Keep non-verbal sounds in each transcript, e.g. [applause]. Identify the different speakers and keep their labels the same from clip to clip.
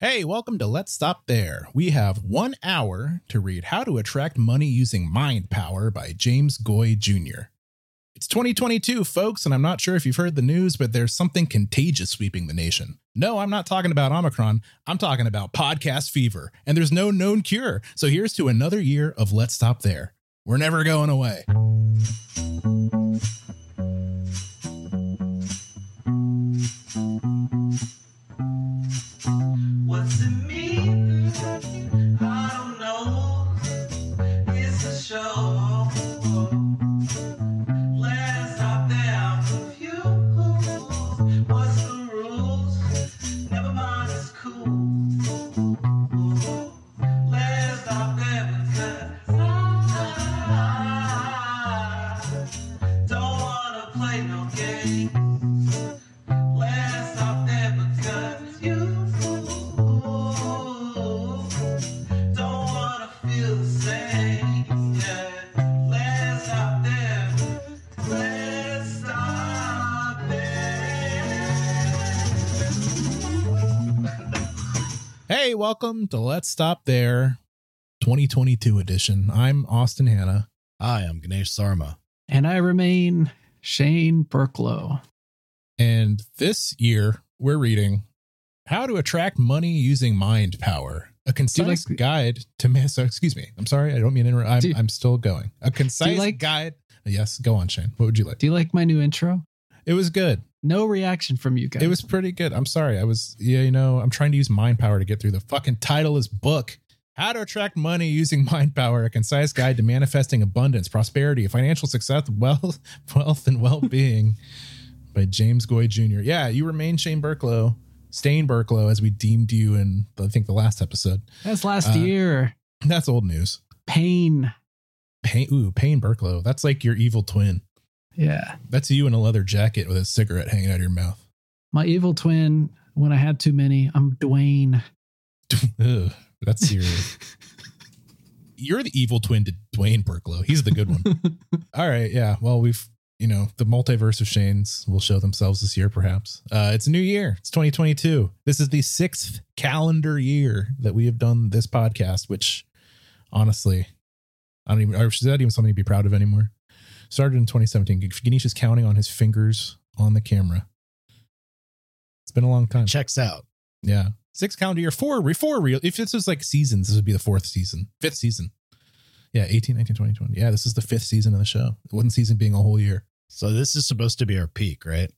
Speaker 1: Hey, welcome to Let's Stop There. We have one hour to read How to Attract Money Using Mind Power by James Goy Jr. It's 2022, folks, and I'm not sure if you've heard the news, but there's something contagious sweeping the nation. No, I'm not talking about Omicron. I'm talking about podcast fever, and there's no known cure. So here's to another year of Let's Stop There. We're never going away.
Speaker 2: What's it mean? I don't know. It's a show. Let's stop there. I'm confused. What's the rules? Never mind, it's cool. Let's stop there because I don't wanna play no games. Let's stop there because you don't wanna feel the same. Yeah. Let's stop there. Let's stop there.
Speaker 1: Hey, welcome to Let's Stop There 2022 edition. I'm Austin Hanna.
Speaker 3: Hi, I'm Ganesh Sarma.
Speaker 4: And I remain Shane Burklow.
Speaker 1: And this year, we're reading How to Attract Money Using Mind Power, a concise
Speaker 4: like-
Speaker 1: guide to man. So, excuse me. I'm sorry. I don't mean to interrupt. I'm,
Speaker 4: Do-
Speaker 1: I'm still going. A concise
Speaker 4: like-
Speaker 1: guide. Yes, go on, Shane. What would you like?
Speaker 4: Do you like my new intro?
Speaker 1: It was good.
Speaker 4: No reaction from you guys.
Speaker 1: It was pretty good. I'm sorry. I was, yeah, you know, I'm trying to use mind power to get through the fucking title of this book. How to attract money using [laughs] mind power, a concise guide to manifesting abundance, prosperity, financial success, wealth, [laughs] wealth, and well-being by James Goy Jr. Yeah, you remain Shane Burklow, Stain Burklow, as we deemed you in I think the last episode.
Speaker 4: that's last
Speaker 1: uh,
Speaker 4: year.
Speaker 1: That's old news.
Speaker 4: Pain.
Speaker 1: Payne ooh, Payne Burklow. That's like your evil twin.
Speaker 4: Yeah.
Speaker 1: That's you in a leather jacket with a cigarette hanging out of your mouth.
Speaker 4: My evil twin when I had too many. I'm Dwayne.
Speaker 1: Ugh, that's
Speaker 3: [laughs]
Speaker 1: serious. You're the evil twin to Dwayne Burklow. He's the good one.
Speaker 3: [laughs]
Speaker 1: All right. Yeah. Well, we've, you know, the multiverse of Shanes will show themselves this year, perhaps. Uh, it's a new year. It's 2022. This is the sixth calendar year that we have done this podcast, which honestly, I don't even, or is that even something to be proud of anymore? Started in 2017. Ganesh is counting on his fingers on the camera. It's been a long time.
Speaker 3: Checks out.
Speaker 1: Yeah. Six calendar year, four, re- four real. If this was like seasons, this would be the fourth season, fifth season. Yeah, 18, 19, 20, 20. Yeah, this is the fifth season of the show. One season being a whole year.
Speaker 3: So this is supposed to be our peak, right?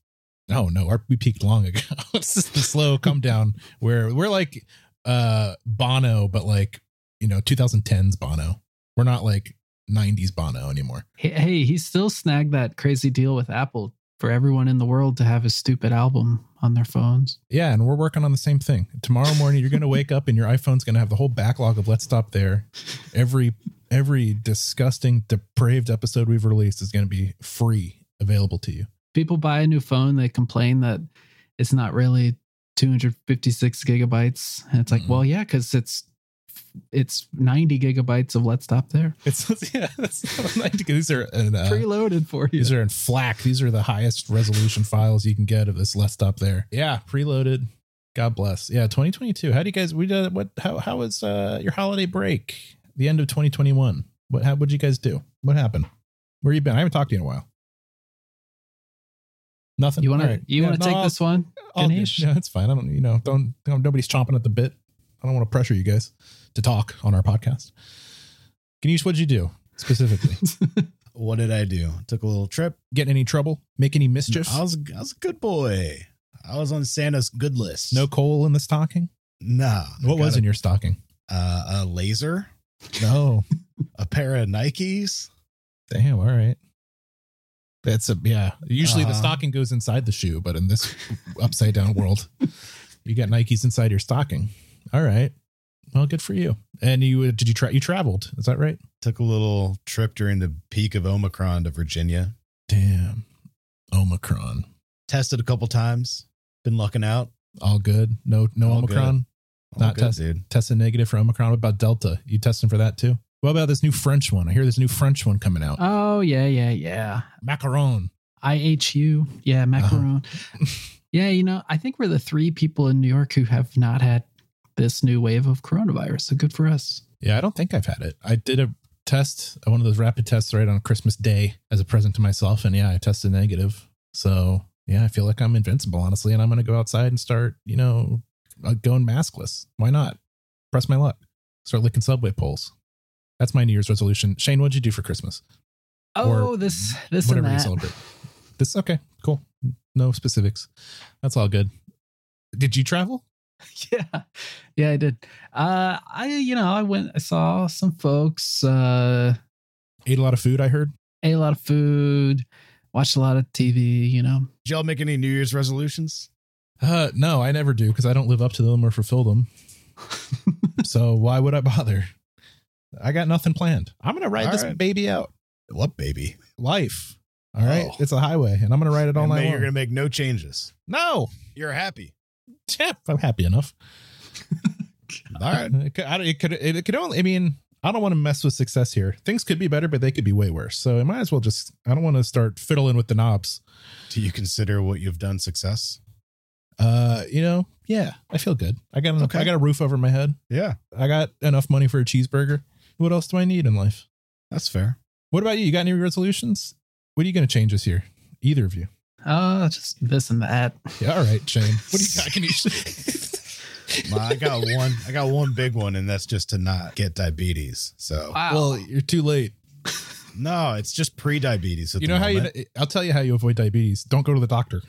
Speaker 1: Oh no, our, we peaked long ago. [laughs] this is the slow come down where we're like uh Bono, but like, you know, 2010s Bono. We're not like 90s Bono anymore.
Speaker 4: Hey, hey, he still snagged that crazy deal with Apple for everyone in the world to have his stupid album on their phones.
Speaker 1: Yeah, and we're working on the same thing. Tomorrow morning, you're going to wake up and your iPhone's going to have the whole backlog of "Let's Stop There." Every every disgusting, depraved episode we've released is going to be free, available to you.
Speaker 4: People buy a new phone, they complain that it's not really 256 gigabytes. And it's like,
Speaker 1: Mhm.
Speaker 4: well, yeah, because it's it's 90 gigabytes of Let's Stop There.
Speaker 1: It's [laughs] yeah, that's not, these are in, uh,
Speaker 4: preloaded for you.
Speaker 1: these are in FLAC. These are the highest resolution files you can get of this "Let's Stop There." Yeah, preloaded. God bless. Yeah, 2022. How do you guys? We did what? How how was uh, your holiday break? The end of 2021. What? How? What'd you guys do? What happened? Where you been? I haven't talked to you in a while. Nothing.
Speaker 4: you want
Speaker 1: All
Speaker 4: to
Speaker 1: right.
Speaker 4: you
Speaker 1: Yeah,
Speaker 4: want to
Speaker 1: no,
Speaker 4: take
Speaker 1: I'll-
Speaker 4: this one?
Speaker 1: I'll do-
Speaker 4: Ganesh?
Speaker 1: Yeah, that's fine. I don't. You know, don't. don't- Nobody's chomping at the bit. I don't want to pressure you guys to talk on our podcast. Ganesh, what'd you do
Speaker 4: [laughs]
Speaker 1: specifically?
Speaker 3: What did I do? Took a little trip.
Speaker 1: Get in any trouble? Make any mischief?
Speaker 3: I was I was a good boy. I was on Santa's good list.
Speaker 1: No coal in the stocking.
Speaker 3: Nah.
Speaker 1: What was in your stocking?
Speaker 3: Uh, a laser,
Speaker 1: No.
Speaker 3: a pair of Nikes.
Speaker 1: [laughs] Damn. All right. That's a yeah. Usually the
Speaker 3: Uh-huh.
Speaker 1: stocking goes inside the shoe, but in this upside down world,
Speaker 3: [laughs]
Speaker 1: you got Nikes inside your stocking. All right. Well, good for you. And you uh, did you try? You traveled. Is that right?
Speaker 3: Took a little trip during the peak of Omicron to Virginia.
Speaker 1: Damn. Omicron.
Speaker 3: Tested a couple times. Been lucking out.
Speaker 1: All good. No. No
Speaker 3: All
Speaker 1: Omicron.
Speaker 3: All
Speaker 1: Not
Speaker 3: good,
Speaker 1: tested.
Speaker 3: dude.
Speaker 1: Tested negative for Omicron. What about Delta? You testing for that too? What about this new French one? I hear this new French one coming out.
Speaker 4: Oh yeah, yeah, yeah.
Speaker 1: Macaron.
Speaker 4: I H U. Yeah,
Speaker 1: Uh-huh. [laughs]
Speaker 4: macaron. yeah, you know, I think we're the three people in New York who have not had this new wave of coronavirus. So good for us.
Speaker 1: Yeah, I don't think I've had it. I did a test, uh, one of those rapid tests right on Christmas Day as a present to myself. And yeah, I tested negative. So yeah, I feel like I'm invincible, honestly. And I'm going to go outside and start, you know, uh, going maskless. Why not? Press my luck. Start licking subway poles. That's my New Year's resolution. Shane, what'd you do for Christmas?
Speaker 4: Oh,
Speaker 1: Or
Speaker 4: this this and
Speaker 1: Whatever you
Speaker 4: that.
Speaker 1: celebrate. This, okay, cool. No specifics. That's all good. Did you travel?
Speaker 4: [laughs] yeah yeah i did uh i you know i went i saw some folks uh
Speaker 1: Ate a lot of food, I heard.
Speaker 4: ate a lot of food watched a lot of tv you know
Speaker 3: Did y'all make any New Year's resolutions?
Speaker 1: Uh, no, I never do because I don't live up to them or fulfill
Speaker 3: [laughs]
Speaker 1: them. so why would I bother? I got nothing planned. I'm gonna ride
Speaker 3: All
Speaker 1: this
Speaker 3: right.
Speaker 1: baby out.
Speaker 3: What baby?
Speaker 1: Life. All right,
Speaker 3: Oh.
Speaker 1: it's a highway, and I'm gonna ride it all
Speaker 3: And
Speaker 1: night
Speaker 3: may-
Speaker 1: long.
Speaker 3: you're gonna make no changes.
Speaker 1: No,
Speaker 3: You're happy.
Speaker 1: Yep, I'm happy enough.
Speaker 3: [laughs] All right.
Speaker 1: It could, I don't- it could. It could only. I mean, I don't want to mess with success here. Things could be better, but they could be way worse. So I might as well just. I don't want to start fiddling with the knobs.
Speaker 3: Do you consider what you've done success?
Speaker 1: Uh, you know, yeah, I feel good. I got. Enough,
Speaker 3: Okay.
Speaker 1: I got a roof over my head.
Speaker 3: Yeah,
Speaker 1: I got enough money for a cheeseburger. What else do I need in life?
Speaker 3: that's fair.
Speaker 1: What about you? You got any resolutions? What are you going to change this year? Either of you?
Speaker 4: uh just this and that [laughs]
Speaker 1: Yeah, all right, Shane. What do you got? Can you? [laughs]
Speaker 3: Well, I got one. I got one big one, and that's just to not get diabetes. So
Speaker 4: wow
Speaker 1: well, you're too late.
Speaker 3: no, it's just pre-diabetes. At
Speaker 1: You
Speaker 3: the
Speaker 1: know how you?
Speaker 3: moment.
Speaker 1: I'll tell you how you avoid diabetes. Don't go to the doctor.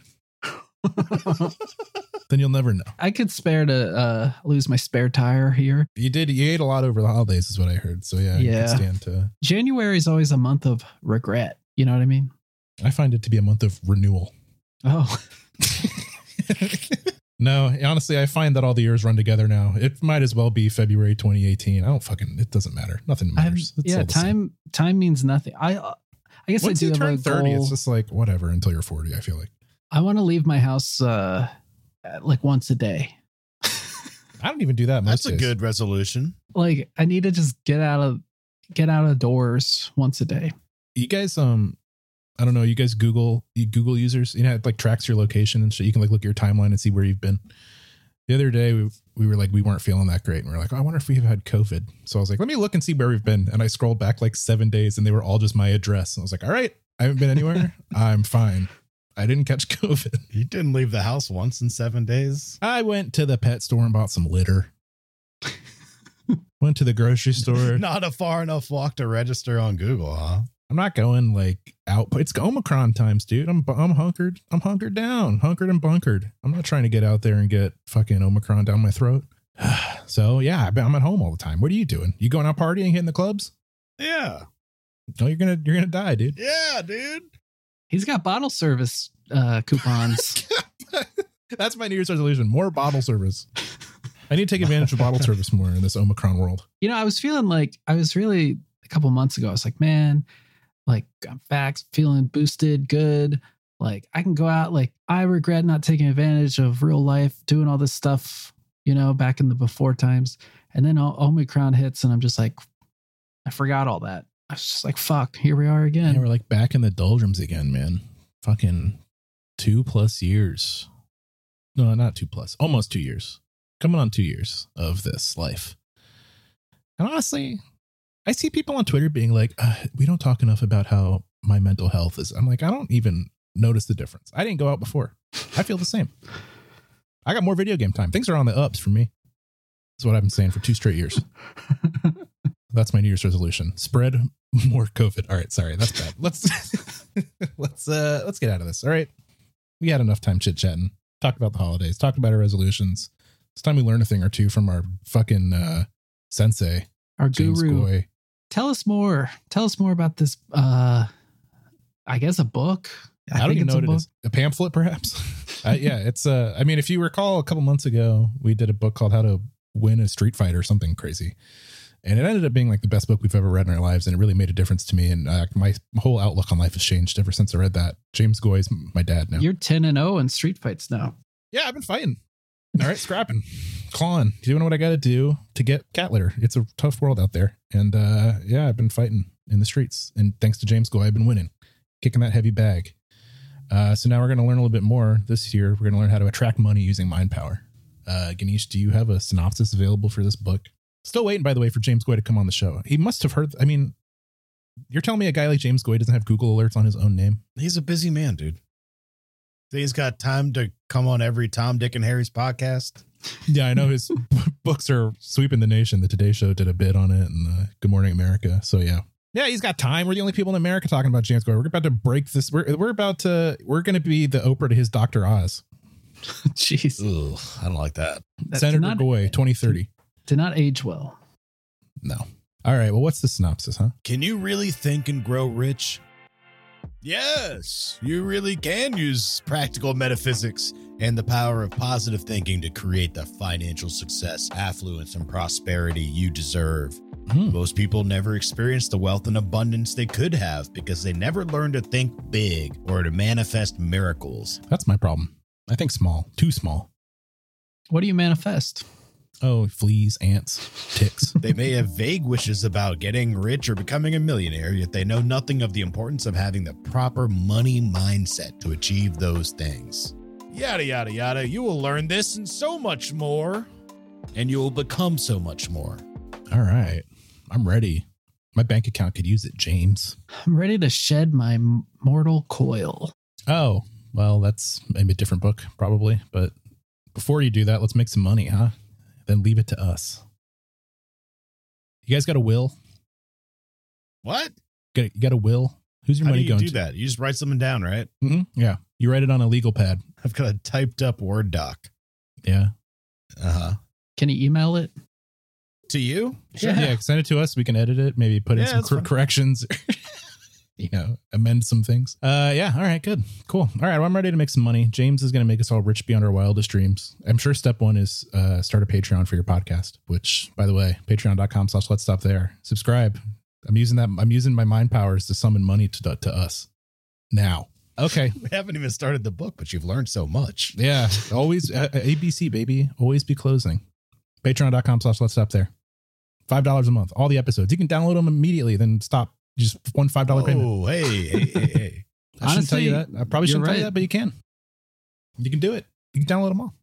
Speaker 1: then you'll never know.
Speaker 4: i could spare to uh lose my spare tire here
Speaker 1: You did. You ate a lot over the holidays, is what I heard. So yeah, I
Speaker 4: Yeah.
Speaker 1: can stand to.
Speaker 4: january is always a month of regret you know what i mean
Speaker 1: I find it to be a month of renewal.
Speaker 4: oh
Speaker 1: [laughs] no, honestly, I find that all the years run together now. It might as well be February 2018. I don't fucking. It doesn't matter. Nothing
Speaker 4: [laughs] I'm,
Speaker 1: matters. It's
Speaker 4: yeah
Speaker 1: all the same.
Speaker 4: time time means nothing i uh, i guess
Speaker 1: Once
Speaker 4: i do
Speaker 1: you
Speaker 4: have a
Speaker 1: turn 30,
Speaker 4: goal.
Speaker 1: it's just like whatever until you're 40, I feel like.
Speaker 4: i want to leave my house uh at, like once a day
Speaker 1: I don't even do that most
Speaker 3: that's a
Speaker 1: days.
Speaker 3: good resolution.
Speaker 4: like I need to just get out of get out of doors once a day.
Speaker 1: You guys um I don't know, you guys Google you Google users, you know, it like tracks your location and shit. You can like look at your timeline and see where you've been. The other day we we were like we weren't feeling that great and we are like, oh, I wonder if we've had COVID. So I was like, let me look and see where we've been. And I scrolled back like seven days and they were all just my address. And I was like, all right, I haven't been anywhere. I'm fine. I didn't catch COVID.
Speaker 3: You didn't leave the house once in seven days.
Speaker 1: I went to the pet store and bought some litter. went to the grocery store.
Speaker 3: Not a far enough walk to register on Google, huh?
Speaker 1: I'm not going like out. It's Omicron times, dude. I'm I'm hunkered. I'm hunkered down, hunkered and bunkered. I'm not trying to get out there and get fucking Omicron down my throat. [sighs] so yeah, I- I'm at home all the time. What are you doing? You going out partying, hitting the clubs?
Speaker 3: Yeah,
Speaker 1: No, you're gonna you're gonna die, dude.
Speaker 3: yeah, dude.
Speaker 4: He's got bottle service uh coupons.
Speaker 1: That's my New Year's resolution: more bottle service. I need to take advantage of bottle service more in this Omicron world.
Speaker 4: you know, I was feeling like I was really a couple months ago. I was like, man, like I'm vax, feeling boosted, good. Like I can go out. Like I regret not taking advantage of real life, doing all this stuff. You know, back in the before times, and then O- Omicron hits, and I'm just like, I forgot all that. I was just like, fuck, here we are
Speaker 1: And
Speaker 4: again.
Speaker 1: we're like back in the doldrums again, man. Fucking two plus years. No, not two plus, almost two years. Coming on two years of this life. And honestly, I see people on Twitter being like, uh, we don't talk enough about how my mental health is. I'm like, I don't even notice the difference. I didn't go out before. I feel the same. I got more video game time. Things are on the ups for me. That's what I've been saying for two straight years. That's my New Year's resolution. Spread [laughs] more COVID. All right, sorry, that's bad. Let's [laughs] let's uh let's get out of this. All right, we had enough time chit chatting. Talked about the holidays. Talked about our resolutions. It's time we learn a thing or two from our fucking uh, sensei
Speaker 4: Our
Speaker 1: James
Speaker 4: guru.
Speaker 1: Goy.
Speaker 4: tell us more tell us more about this uh i guess a book
Speaker 1: I, don't even know what
Speaker 4: a
Speaker 1: it is. A pamphlet, perhaps. [laughs] uh, yeah, it's. Uh, I mean, if you recall, a couple months ago, we did a book called "How to Win a Street Fight" or something crazy, and it ended up being like the best book we've ever read in our lives, and it really made a difference to me. And uh, my whole outlook on life has changed ever since I read that. James Goy is m- my dad now.
Speaker 4: you're 10 and 0 in street fights now [laughs]
Speaker 1: yeah, I've been fighting. All right, scrapping, clawing, doing what I got to do to get cat litter. It's a tough world out there, and uh, yeah, I've been fighting in the streets, and thanks to James Goy, I've been winning, kicking that heavy bag. Uh, so now we're going to learn a little bit more this year. We're going to learn how to attract money using mind power. Uh, Ganesh, do you have a synopsis available for this book? Still waiting, by the way, for James Goy to come on the show. He must have heard. I mean, you're telling me a guy like James Goy doesn't have Google alerts on his own name?
Speaker 3: He's a busy man, dude. He's got time to come on every Tom, Dick, and Harry's podcast.
Speaker 1: Yeah, I know his [laughs] b- books are sweeping the nation. The Today Show did a bit on it, and uh, Good Morning America. So yeah, yeah, he's got time. We're the only people in America talking about James Goy. We're about to break this. We're we're about to we're going to be the Oprah to his Doctor Oz.
Speaker 4: Jeez.
Speaker 3: Ugh, I don't like that.
Speaker 4: That did
Speaker 1: Senator
Speaker 4: not-
Speaker 1: Goy, twenty thirty.
Speaker 4: Did not age well.
Speaker 1: No. All right. Well, what's the synopsis, huh?
Speaker 3: Can you really think and grow rich? Yes, you really can use practical metaphysics and the power of positive thinking to create the financial success, affluence, and prosperity you deserve.
Speaker 1: Hmm.
Speaker 3: Most people never experience the wealth and abundance they could have because they never learn to think big or to manifest miracles.
Speaker 1: That's my problem. I think small, too small.
Speaker 4: What do you manifest?
Speaker 1: Oh, fleas, ants, ticks.
Speaker 3: They may have vague wishes about getting rich or becoming a millionaire, yet they know nothing of the importance of having the proper money mindset to achieve those things. Yada, yada, yada. You will learn this and so much more, and you will become so much more.
Speaker 1: All right. I'm ready. My bank account could use it, James.
Speaker 4: I'm ready to shed my m- mortal coil.
Speaker 1: Oh, well, that's maybe a different book, probably. But before you do that, let's make some money, huh? Then leave it to us. You guys got a will?
Speaker 3: What?
Speaker 1: Got- You got a will? Who's your
Speaker 3: How do
Speaker 1: money
Speaker 3: you
Speaker 1: going
Speaker 3: do
Speaker 1: to?
Speaker 3: that? You just write something down, right?
Speaker 1: Mhm. Yeah. You write it on a legal pad.
Speaker 3: I've got a typed up Word doc.
Speaker 1: Yeah.
Speaker 3: Uh
Speaker 1: Uh-huh.
Speaker 3: huh.
Speaker 4: Can you email it?
Speaker 3: To you?
Speaker 1: Sure. Yeah. send it to us. We can edit it. Maybe put in
Speaker 3: Yeah,
Speaker 1: some
Speaker 3: that's
Speaker 1: cor-
Speaker 3: fine.
Speaker 1: corrections. [laughs] you know, amend some things. Uh, yeah. All right. Good. Cool. All right. Well, I'm ready to make some money. James is going to make us all rich beyond our wildest dreams. I'm sure step one is uh, start a Patreon for your podcast. Which, by the way, Patreon.com/slash Let's Stop There. Subscribe. I'm using that. I'm using my mind powers to summon money to to us now. Okay.
Speaker 3: We haven't even started the book, but you've learned so much.
Speaker 1: Yeah. Always uh, uh, ABC baby. Always be closing. Patreon.com slash let's stop there. Five dollars a month. All the episodes. You can download them immediately, then stop. Just one five dollar payment.
Speaker 3: Oh, hey, hey, hey, hey.
Speaker 1: I shouldn't tell you that.
Speaker 4: Honestly,
Speaker 1: I probably shouldn't
Speaker 4: you're
Speaker 1: tell you
Speaker 4: right.
Speaker 1: that, but you can. You can do it. You can download them all.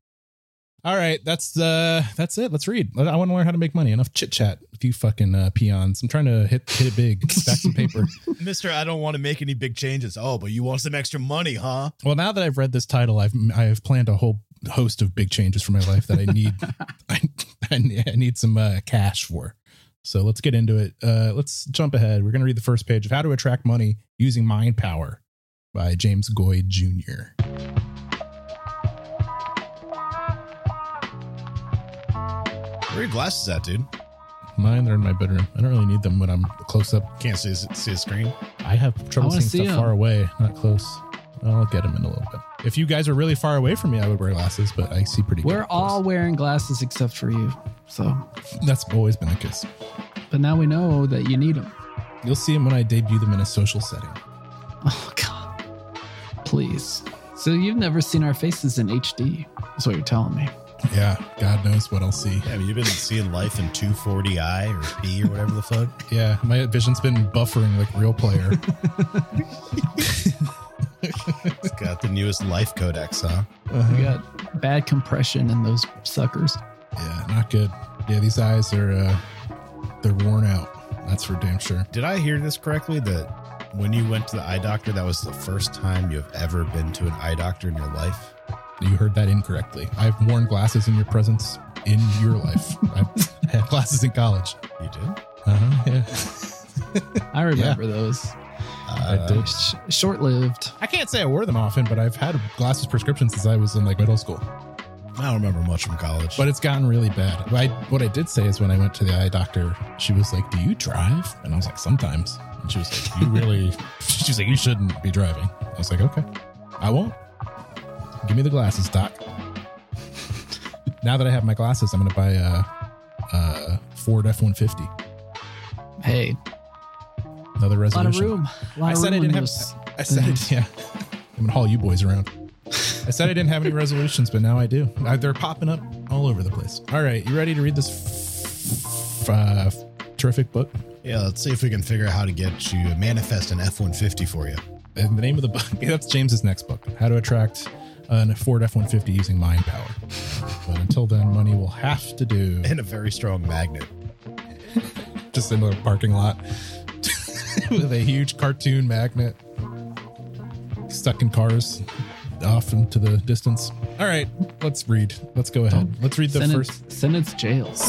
Speaker 1: All right, that's uh that's it. Let's read. I want to learn how to make money. Enough chit chat with you fucking uh, peons. I'm trying to hit hit it big, stack
Speaker 4: [laughs]
Speaker 1: some paper.
Speaker 3: [laughs] Mister, I don't want to make any big changes. Oh, but you want some extra money, huh?
Speaker 1: Well, now that I've read this title, I've I have planned a whole host of big changes for my life that I
Speaker 3: [laughs]
Speaker 1: need. I, I need- I need some uh, cash for. So let's get into it. Uh, let's jump ahead. We're going to read the first page of How to Attract Money Using Mind Power by James Goy Jr.
Speaker 3: Where are your glasses at, dude?
Speaker 1: Mine are in my bedroom. I don't really need them when I'm close up.
Speaker 3: Can't see his, see his screen.
Speaker 1: I have trouble
Speaker 4: I wanna
Speaker 1: seeing
Speaker 4: see
Speaker 1: stuff
Speaker 4: 'em.
Speaker 1: far away, not close. I'll get them in a little bit. If you guys are really far away from me, I would wear glasses, but I see pretty. good
Speaker 4: We're
Speaker 1: up close.
Speaker 4: all wearing glasses except for you. So,
Speaker 1: That's always been the case.
Speaker 4: but now we know that you need them.
Speaker 1: You'll see them when I debut them in a social setting.
Speaker 4: [laughs] Oh God! Please. So you've never seen our faces in HD? Is what you're telling me?
Speaker 1: Yeah, God knows what I'll see.
Speaker 3: Yeah, I mean, you've been seeing life in 240i or P or whatever the fuck.
Speaker 1: Yeah, my vision's been buffering like real player.
Speaker 3: It's got the newest life codex, huh?
Speaker 1: [laughs]
Speaker 4: We
Speaker 1: Uh-huh.
Speaker 4: got bad compression in those suckers.
Speaker 1: Yeah, not good. Yeah, these eyes are uh, they're worn out. That's for damn sure.
Speaker 3: Did I hear this correctly? That when you went to the eye doctor, that was the first time you've ever been to an eye doctor in your life?
Speaker 1: You heard that incorrectly. I've worn glasses in your presence in your [laughs] life. I had glasses in college.
Speaker 3: You did?
Speaker 1: Uh-huh, yeah.
Speaker 4: I remember those.
Speaker 1: I did.
Speaker 4: Sh- short-lived.
Speaker 1: I can't say I wore them often, but I've had a glasses prescription since I was in like middle school.
Speaker 3: I don't remember much from college.
Speaker 1: But it's gotten really bad. I, what I did say is when I went to the eye doctor, she was like, "Do you drive?" And I was like, "Sometimes." And she was like, "You really?" [laughs] she was like, "You shouldn't be driving." I was like, "Okay, I won't." Give me the glasses, doc. [laughs] now that I have my glasses, I'm going to buy a, a Ford F150.
Speaker 4: Hey,
Speaker 1: Another
Speaker 4: a lot
Speaker 1: resolution.
Speaker 4: of room. A lot
Speaker 1: I
Speaker 4: of
Speaker 1: said I
Speaker 4: room in
Speaker 1: didn't have.
Speaker 4: those-
Speaker 1: I said it. Yeah, [laughs] I'm gonna haul you boys around. I said I didn't have any resolutions, but now I do. Uh, They're popping up all over the place. All right, you ready to read this f- f- uh, terrific book?
Speaker 3: yeah, let's see if we can figure out how to get you manifest an F 150 for you.
Speaker 1: [laughs] And the name of the book. That's James's next book. How to attract and a Ford F 150 using mind power. But until then, money will have to do
Speaker 3: and a very strong magnet.
Speaker 1: just in the parking lot [laughs] with a huge cartoon magnet stuck in cars off into the distance. All right, let's read. Let's go ahead. Let's read the
Speaker 4: sentence,
Speaker 1: first
Speaker 4: sentence jails.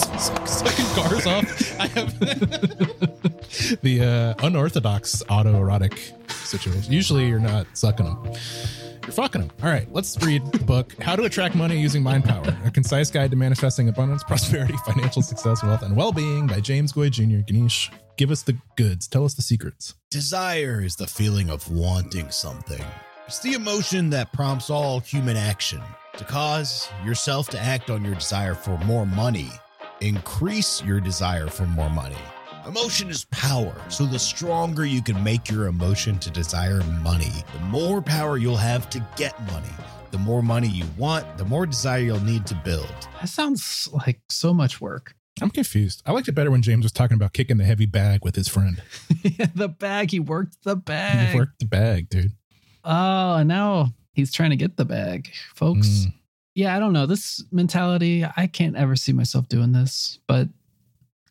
Speaker 1: sucking cars off. I have [laughs] the uh, unorthodox autoerotic situation. Usually, you're not sucking them. You're fucking them. All right, let's read the book How to Attract Money Using Mind Power, a concise guide to manifesting abundance, prosperity, financial success, wealth, and well being by James Goy Jr. Ganesh, give us the goods. Tell us the secrets.
Speaker 3: Desire is the feeling of wanting something. It's the emotion that prompts all human action to cause yourself to act on your desire for more money, increase your desire for more money. Emotion is power, so the stronger you can make your emotion to desire money, the more power you'll have to get money. The more money you want, the more desire you'll need to build.
Speaker 4: That sounds like so much work. [laughs]
Speaker 1: I'm confused. I liked it better when James was talking about kicking the heavy bag with his friend.
Speaker 4: the bag. He worked the
Speaker 1: He
Speaker 4: bag.
Speaker 1: worked the bag, dude.
Speaker 4: Oh, and now he's trying to get the bag, folks.
Speaker 1: Mm.
Speaker 4: Yeah, I don't know. This mentality, I can't ever see myself doing this, but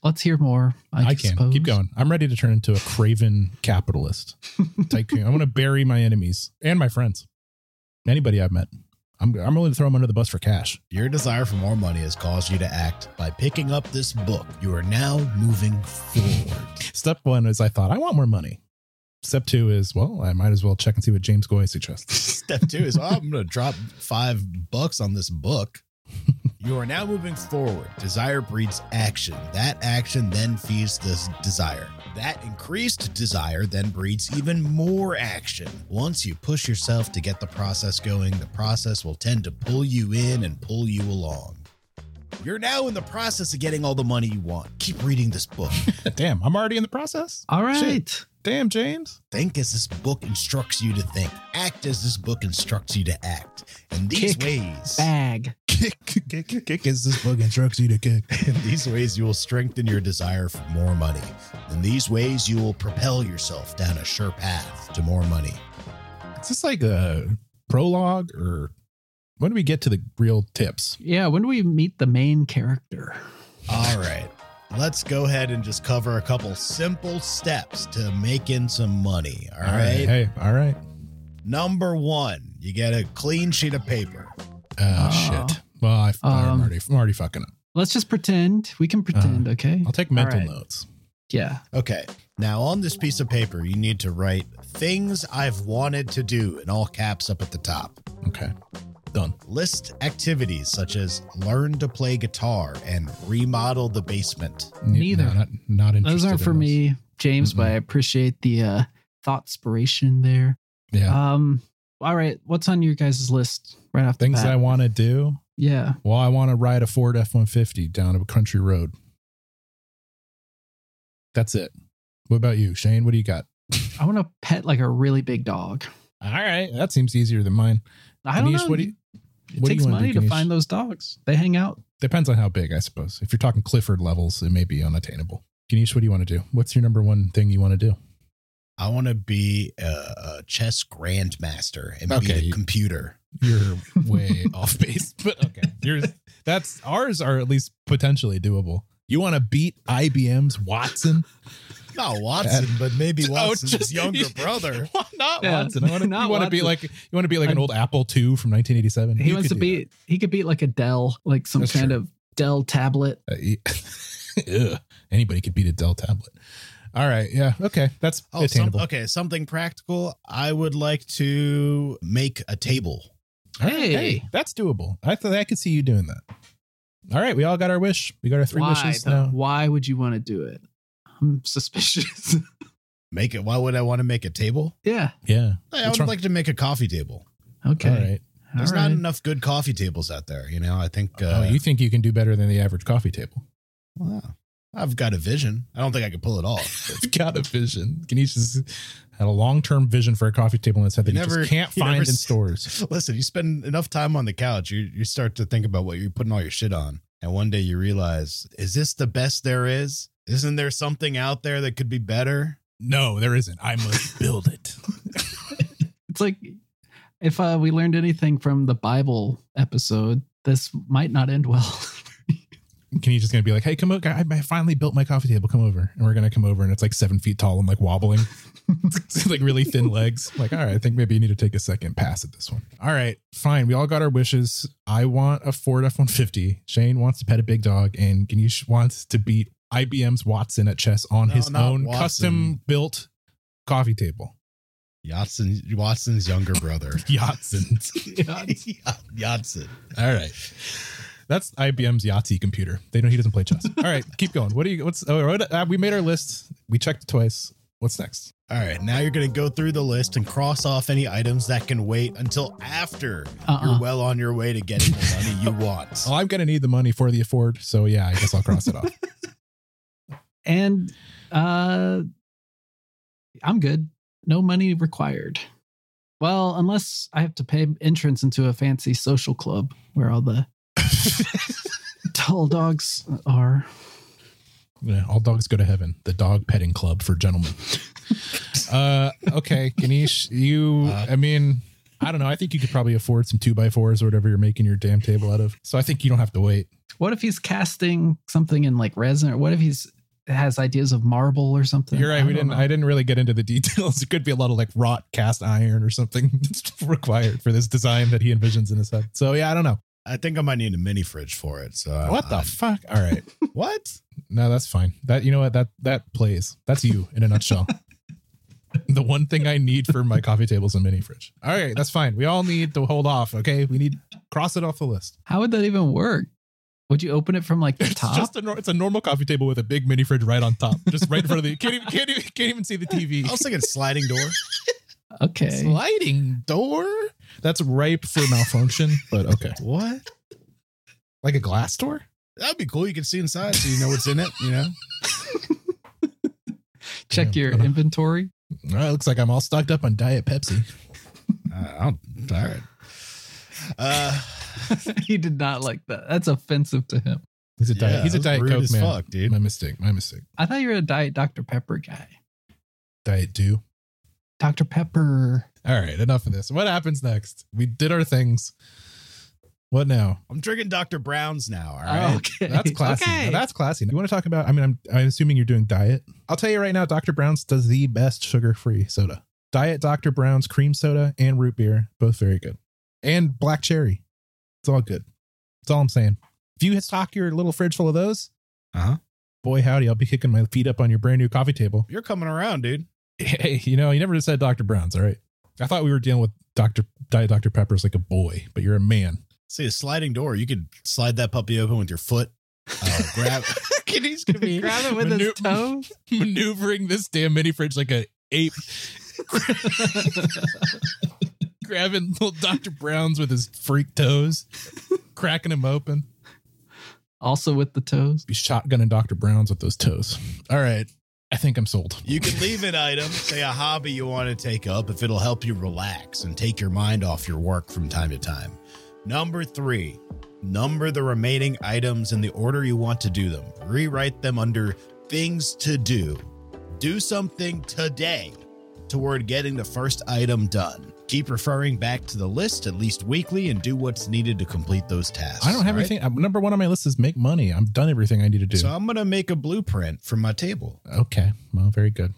Speaker 4: let's hear more. I,
Speaker 1: I can
Speaker 4: suppose.
Speaker 1: keep going. I'm ready to turn into a craven capitalist tycoon. I'm going to bury my enemies and my friends, anybody I've met. I'm I'm willing to throw them under the bus for cash.
Speaker 3: Your desire for more money has caused you to act. By picking up this book, you are now moving forward.
Speaker 1: Step one is I thought I want more money. Step two is well, I might as well check and see what James Goy suggests.
Speaker 3: [laughs] Step two is oh, I'm going to drop five bucks on this book. You are now moving forward. Desire breeds action. That action then feeds this desire. That increased desire then breeds even more action. Once you push yourself to get the process going, the process will tend to pull you in and pull you along. You're now in the process of getting all the money you want. Keep reading this book.
Speaker 1: Damn, I'm already in the process.
Speaker 4: All right.
Speaker 1: Damn, James.
Speaker 3: Think as this book instructs you to think. Act as this book instructs you to act. In these
Speaker 4: Kick
Speaker 3: ways,
Speaker 4: Bag.
Speaker 3: kick, kick, kick, kick as this book instructs you
Speaker 1: [laughs]
Speaker 3: to kick. In these ways, you will strengthen your desire for more money. In these ways, you will propel yourself down a sure path to more money.
Speaker 1: Is this like a prologue or when do we get to the real tips?
Speaker 4: Yeah, when do we meet the main character?
Speaker 3: All right, let's go ahead and just cover a couple simple steps to making some money. All right.
Speaker 1: Hey, all right.
Speaker 3: Number one, you get a clean sheet of paper.
Speaker 1: Oh,
Speaker 4: Oh.
Speaker 1: shit. Well, I, I'm
Speaker 4: Um,
Speaker 1: already I'm already fucking up.
Speaker 4: Let's just pretend. We can pretend, okay?
Speaker 1: Uh, I'll take mental
Speaker 4: right.
Speaker 1: notes.
Speaker 4: Yeah.
Speaker 3: Okay. Now, on this piece of paper, you need to write things I've wanted to do in all caps up at the top.
Speaker 1: Okay. Done.
Speaker 3: List activities such as learn to play guitar and remodel the basement.
Speaker 1: Ne-
Speaker 4: Neither.
Speaker 1: no, not, not interested.
Speaker 4: Those aren't
Speaker 1: in
Speaker 4: for
Speaker 1: those.
Speaker 4: me, James, but
Speaker 1: Mm-mm.
Speaker 4: I appreciate the uh thought inspiration there.
Speaker 1: Yeah.
Speaker 4: Um all right, what's on your guys' list right off
Speaker 1: Things
Speaker 4: the bat?
Speaker 1: I want to do.
Speaker 4: yeah.
Speaker 1: Well, I want to ride a Ford F one fifty down a country road. That's it. What about you, Shane? What do you got?
Speaker 4: I want to pet like a really big dog.
Speaker 1: All right, that seems easier than mine.
Speaker 4: I
Speaker 1: Ganesh,
Speaker 4: don't know.
Speaker 1: what do you-
Speaker 4: it
Speaker 1: what do
Speaker 4: takes
Speaker 1: you wanna do,
Speaker 4: money to
Speaker 1: Ganesh?
Speaker 4: find those dogs. They hang out.
Speaker 1: Depends on how big, I suppose. If you're talking Clifford levels, it may be unattainable. Ganesh, what do you want to do? What's your number one thing you want to do?
Speaker 3: I want to be a, a chess grandmaster and
Speaker 1: Okay,
Speaker 3: beat a
Speaker 1: you-
Speaker 3: computer.
Speaker 1: You're [laughs] way off base, but okay. Yours, that's ours are at least potentially doable. You want to beat IBM's Watson? [laughs]
Speaker 3: Not Watson, but maybe
Speaker 1: Oh,
Speaker 3: Watson's
Speaker 1: just-
Speaker 3: younger
Speaker 1: [laughs]
Speaker 3: brother.
Speaker 1: Why not
Speaker 4: Yeah,
Speaker 1: Watson?
Speaker 4: [laughs]
Speaker 1: I want to.
Speaker 4: not
Speaker 1: You want to be like
Speaker 4: Watson.
Speaker 1: you want to be like an old Apple II from 1987.
Speaker 4: He
Speaker 1: You
Speaker 4: wants to
Speaker 1: could do
Speaker 4: be. He could be like a Dell, like some
Speaker 1: That's
Speaker 4: kind
Speaker 1: true.
Speaker 4: of Dell tablet.
Speaker 1: that. Uh, he- [laughs] Ugh. Anybody could beat a Dell tablet. All right. Yeah. Okay. That's
Speaker 3: Oh, some,
Speaker 1: attainable.
Speaker 3: okay. Something practical. I would like to make a table.
Speaker 1: All right,
Speaker 4: Hey.
Speaker 1: that's doable. I thought I could see you doing that. All right. We all got our wish. We got our three
Speaker 4: why?
Speaker 1: wishes
Speaker 4: though?
Speaker 1: now.
Speaker 4: Why would you want to do it? I'm suspicious. [laughs]
Speaker 3: Make it. Why would I want to make a table?
Speaker 4: yeah.
Speaker 1: Yeah.
Speaker 3: I
Speaker 1: What's
Speaker 3: would
Speaker 1: wrong?
Speaker 3: like to make a coffee table.
Speaker 4: Okay.
Speaker 1: All right.
Speaker 4: All
Speaker 3: There's not
Speaker 4: right.
Speaker 3: enough good coffee tables out there. You know, I think.
Speaker 1: oh,
Speaker 3: Uh,
Speaker 1: you think you can do better than the average coffee table? [laughs]
Speaker 3: wow. I've got a vision. I don't think I could pull it off.
Speaker 1: I've got a vision. Ganesh has had a long-term vision for a coffee table in his head that
Speaker 3: You
Speaker 1: he
Speaker 3: never-
Speaker 1: just can't
Speaker 3: you never
Speaker 1: find in
Speaker 4: [laughs]
Speaker 3: s-
Speaker 1: stores.
Speaker 3: [laughs] Listen, you spend enough time on the couch, you you start to think about what you're putting all your shit on, and one day you realize, is this the best there is? Isn't there something out there that could be better?
Speaker 1: No, there isn't. I must build it.
Speaker 4: It's like If uh, we learned anything from the Bible episode, this might not end well. [laughs]
Speaker 1: Can you just gonna be like, hey, come over? I I finally built my coffee table. Come over, and we're gonna come over, and it's like seven feet tall and like wobbling, [laughs] It's like really thin legs. Like, all right, I think maybe you need to take a second pass at this one. All right, fine. We all got our wishes. I want a Ford F one fifty. Shane wants to pet a big dog, and Ganesh wants to beat IBM's Watson at chess on
Speaker 3: No,
Speaker 1: his
Speaker 3: not
Speaker 1: own
Speaker 3: Watson.
Speaker 1: custom built coffee table.
Speaker 3: Watson, Watson's younger brother. [laughs]
Speaker 1: Yahtzens.
Speaker 3: Yatson.
Speaker 1: All right. That's IBM's Yahtzee computer. They know he doesn't play chess. All right, keep going. What do you? What's? Oh, what- uh, we made our list. We checked it twice. What's next?
Speaker 3: All right, now you're going to go through the list and cross off any items that can wait until after
Speaker 4: Uh-uh.
Speaker 1: Uh-huh.
Speaker 3: you're well on your way to getting the money
Speaker 1: [laughs]
Speaker 3: you want.
Speaker 1: Oh, I'm gonna need the money for the afford. So yeah, I guess I'll cross it off. [laughs]
Speaker 4: and uh, I'm good. No money required. Well, unless I have to pay entrance into a fancy social club where
Speaker 1: [laughs]
Speaker 4: all the tall dogs are.
Speaker 1: Yeah, all dogs go to heaven. The dog petting club for gentlemen. Uh, okay, Ganesh, you.
Speaker 3: Uh.
Speaker 1: I mean, I don't know. I think you could probably afford some two by fours or whatever you're making your damn table out of. So I think you don't have to wait.
Speaker 4: What if he's casting something in like resin? Or what if he's has ideas of marble or something?
Speaker 1: You're right.
Speaker 4: I
Speaker 1: We
Speaker 4: don't
Speaker 1: didn't.
Speaker 4: know.
Speaker 1: I didn't really get into the [laughs] details. It could be a lot of like wrought cast iron or something [laughs] that's required for this design that he envisions in his head. So yeah, I don't know.
Speaker 3: I think I might need a mini fridge for it. So uh,
Speaker 1: What
Speaker 4: Uh,
Speaker 1: the
Speaker 3: I'm-
Speaker 1: fuck? All
Speaker 4: [laughs]
Speaker 1: right.
Speaker 3: what?
Speaker 1: No, that's fine. That you know what that that plays. That's you in a
Speaker 4: [laughs]
Speaker 1: nutshell. the one thing I need for my coffee table is a mini fridge. All right, that's fine. We all need to hold off. Okay, we need cross it off the list. [laughs]
Speaker 4: How would that even work? Would you open it from like the
Speaker 1: It's
Speaker 4: top?
Speaker 1: just a nor- it's a normal coffee table with a big mini fridge right on top, just right in front of the. Can't even can't even, can't even see the TV.
Speaker 3: I was thinking sliding door.
Speaker 4: okay.
Speaker 1: Sliding door? That's ripe for
Speaker 3: [laughs]
Speaker 1: malfunction, but [laughs] okay.
Speaker 3: What?
Speaker 1: Like a glass door?
Speaker 3: That'd be cool. You can see inside, so you know what's in it. You know.
Speaker 4: Check
Speaker 1: Damn,
Speaker 4: your
Speaker 1: I don't-
Speaker 4: inventory. [laughs]
Speaker 1: All right, looks like I'm all stocked up on Diet Pepsi.
Speaker 3: Uh, I'll, all right. Uh,
Speaker 4: he did not like that. That's offensive to him.
Speaker 1: He's a
Speaker 3: yeah,
Speaker 1: diet. He's a
Speaker 3: that's
Speaker 1: diet
Speaker 3: rude
Speaker 1: Coke
Speaker 3: as
Speaker 1: man.
Speaker 3: Fuck,
Speaker 1: [laughs]
Speaker 3: dude.
Speaker 1: My mistake. My mistake.
Speaker 4: I thought you were a diet Dr. Pepper guy.
Speaker 1: Diet Dew.
Speaker 4: Dr. Pepper.
Speaker 1: All right, enough of this. What happens next? We did our things. What now?
Speaker 3: I'm drinking Dr. Brown's now. All right.
Speaker 4: Okay.
Speaker 1: Oh,
Speaker 4: [laughs]
Speaker 1: [laughs] That's classy. Now,
Speaker 4: Okay.
Speaker 1: that's classy. You want to talk about? I mean, I'm I'm assuming you're doing diet. I'll tell you right now, Dr. Brown's does the best sugar-free soda. Diet Dr. Brown's cream soda and root beer, both very good, and black cherry. It's all good. That's all I'm saying. If you stock your little fridge full of those,
Speaker 3: Uh-huh.
Speaker 1: boy howdy, I'll be kicking my feet up on your brand new coffee table.
Speaker 3: You're coming around, dude.
Speaker 1: [laughs] Hey, you know, you never said Dr. Brown's. All right, I thought we were dealing with Dr. Diet Dr. Pepper's like a boy, but you're a man.
Speaker 3: See a sliding door. You could slide that puppy open with your foot. Uh, grab.
Speaker 1: Kitty's [laughs]
Speaker 4: Grab it with his toe.
Speaker 1: maneuvering this damn mini fridge like an
Speaker 3: [laughs]
Speaker 1: ape, grabbing little Dr. Brown's with his freak toes, cracking him open.
Speaker 4: also with the toes.
Speaker 1: Be shotgunning Dr. Brown's with those toes. All right, I think I'm sold.
Speaker 3: You can leave an item, say a hobby you want to take up, if it'll help you relax and take your mind off your work from time to time. Number three, number the remaining items in the order you want to do them. Rewrite them under things to do. Do something today toward getting the first item done. Keep referring back to the list at least weekly and do what's needed to complete those tasks.
Speaker 1: I don't have
Speaker 3: all right?
Speaker 1: anything. uh, Number one on my list is make money. I've done everything I need to do.
Speaker 3: So I'm going to make a blueprint for my table.
Speaker 1: okay, well, very good.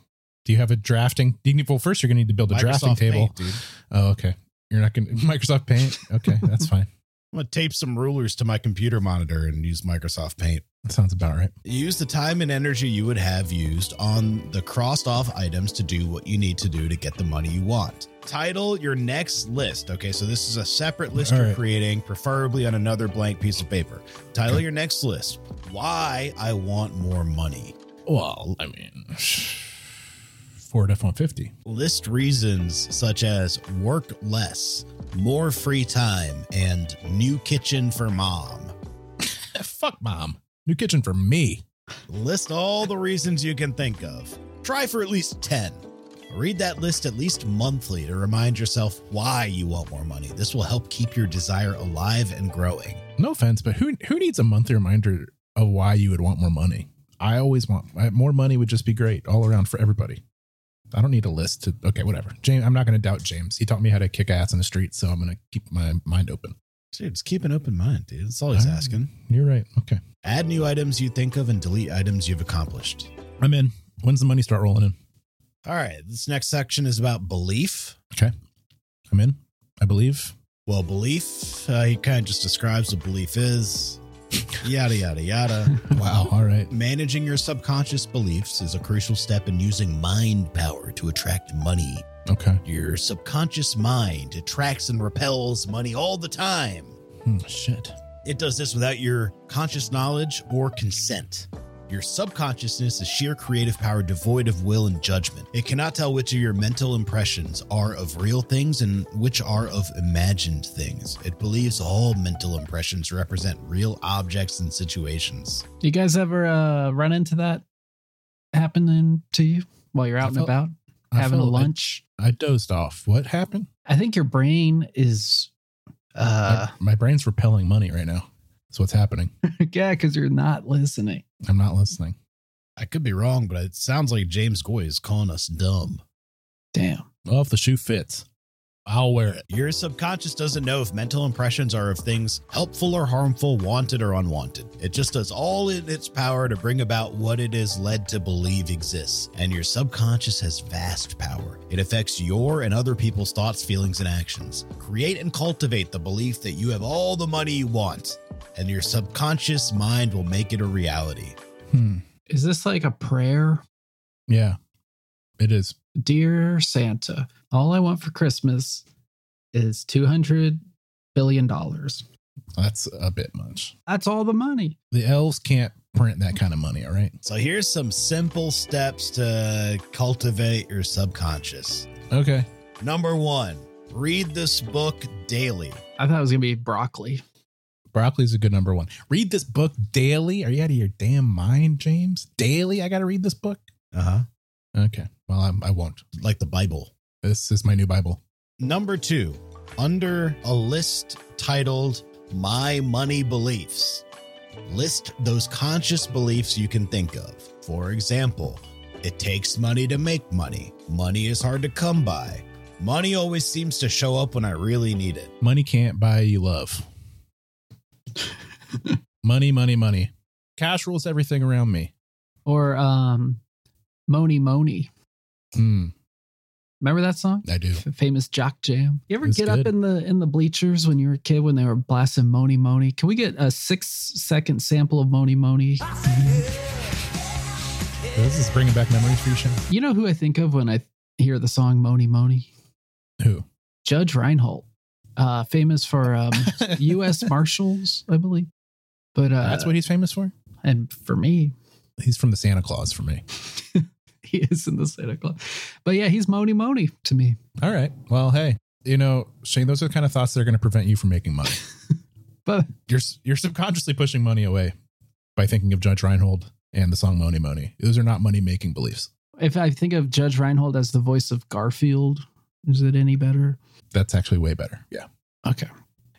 Speaker 1: Do you have a drafting? do you need- Well, first you're gonna need to build a drafting
Speaker 3: Microsoft
Speaker 1: table.
Speaker 3: Paint, dude.
Speaker 1: Oh, okay. You're not gonna [laughs] Microsoft Paint. Okay, that's fine.
Speaker 3: I'm gonna tape some rulers to my computer monitor and use Microsoft Paint.
Speaker 1: That sounds about right.
Speaker 3: Use the time and energy you would have used on the crossed off items to do what you need to do to get the money you want. Title your next list. Okay, so this is a separate list
Speaker 1: All
Speaker 3: you're
Speaker 1: right.
Speaker 3: creating, preferably on another blank piece of paper. Title
Speaker 1: Okay.
Speaker 3: your next list. Why I want more money.
Speaker 1: Well, I mean, Ford F one fifty.
Speaker 3: List reasons such as work less, more free time, and new kitchen for mom.
Speaker 1: Eh, Fuck mom. New kitchen for me.
Speaker 3: List all the reasons you can think of. Try for at least 10. Read that list at least monthly to remind yourself why you want more money. This will help keep your desire alive and growing.
Speaker 1: No offense, but who who needs a monthly reminder of why you would want more money? I always want I- more money would just be great all around for everybody. I don't need a list to. Okay, whatever. James, I'm not going to doubt James. He taught me how to kick ass in the street, so I'm going to keep my mind open.
Speaker 3: Dude, just keep an open mind, dude. That's all he's
Speaker 1: All right.
Speaker 3: asking.
Speaker 1: You're right. Okay,
Speaker 3: Add new items you think of and delete items you've accomplished.
Speaker 1: I'm in. When's the money start rolling in?
Speaker 3: All right. This next section is about belief.
Speaker 1: I'm in. I believe.
Speaker 3: Well, belief, uh, he kind of just describes what belief is, yada, yada, yada. [laughs]
Speaker 1: Wow. All right.
Speaker 3: Managing your subconscious beliefs is a crucial step in using mind power to attract money.
Speaker 1: Okay.
Speaker 3: Your subconscious mind attracts and repels money all the time.
Speaker 1: Hmm, shit.
Speaker 3: It does this without your conscious knowledge or consent. Your subconsciousness is sheer creative power devoid of will and judgment. It cannot tell which of your mental impressions are of real things and which are of imagined things. It believes all mental impressions represent real objects and situations.
Speaker 4: You guys ever uh, run into that happening to you while you're
Speaker 1: I
Speaker 4: out and
Speaker 1: felt-
Speaker 4: about
Speaker 1: I
Speaker 4: having a
Speaker 1: felt- I-
Speaker 4: lunch?
Speaker 1: I, dozed off. What happened?
Speaker 4: I think your brain is, uh,
Speaker 1: my, my brain's repelling money right now. That's what's happening.
Speaker 4: [laughs] yeah, because you're not listening.
Speaker 1: I'm not listening.
Speaker 3: I could be wrong, but it sounds like James Goy is calling us dumb.
Speaker 4: Damn.
Speaker 1: Well, if the shoe fits, I'll wear it.
Speaker 3: Your subconscious doesn't know if mental impressions are of things helpful or harmful, wanted or unwanted. It just does all in its power to bring about what it is led to believe exists. And your subconscious has vast power. It affects your and other people's thoughts, feelings, and actions. Create and cultivate the belief that you have all the money you want, and your subconscious mind will make it a reality.
Speaker 1: Hmm.
Speaker 4: Is this like a prayer?
Speaker 1: Yeah. It is.
Speaker 4: Dear Santa, all I want for Christmas is $200 billion.
Speaker 1: That's a bit much.
Speaker 4: That's all the money.
Speaker 1: The elves can't print that kind of money. All right.
Speaker 3: So here's some simple steps to cultivate your subconscious.
Speaker 1: Okay.
Speaker 3: Number one, read this book daily.
Speaker 4: I thought it was going to be broccoli.
Speaker 1: Broccoli's a good number one. Read this book daily. Are you out of your damn mind, James? Daily, I got to read this book.
Speaker 3: Uh huh.
Speaker 1: Okay. Well, I'm, I won't.
Speaker 3: Like the Bible.
Speaker 1: This is my new Bible.
Speaker 3: Number two, under a list titled My Money Beliefs, list those conscious beliefs you can think of. For example, it takes money to make money, money is hard to come by, money always seems to show up when I really need it.
Speaker 1: Money can't buy you love. money, money, money. Cash rules everything around me.
Speaker 4: Or um, Moni Moni.
Speaker 1: Hmm.
Speaker 4: Remember that song?
Speaker 1: I do.
Speaker 4: F- famous jock jam. You ever
Speaker 1: It's
Speaker 4: get
Speaker 1: good.
Speaker 4: up in the in the bleachers when you were a kid when they were blasting Moni Moni? Can we get a six second sample of Moni Moni?
Speaker 1: This is bringing back memories for you, Shane.
Speaker 4: You know who I think of when I hear the song Moni Moni?
Speaker 1: Who?
Speaker 4: Judge Reinhold, uh, famous
Speaker 1: [laughs]
Speaker 4: for um, U.S. Marshals, I believe. But uh,
Speaker 1: That's what he's famous for?
Speaker 4: and for me, [laughs]
Speaker 1: He's from the Santa Claus for me.
Speaker 4: he is in the Santa Claus. But yeah, he's Moni Moni to me.
Speaker 1: All right. Well, hey, you know, Shane, those are the kind of thoughts that are going to prevent you from making [laughs] money.
Speaker 4: But
Speaker 1: you're you're subconsciously pushing money away by thinking of Judge Reinhold and the song Money Money. Those are not money making beliefs.
Speaker 4: if I think of Judge Reinhold as the voice of Garfield, is it any better?
Speaker 1: That's actually way better. Yeah.
Speaker 4: Okay.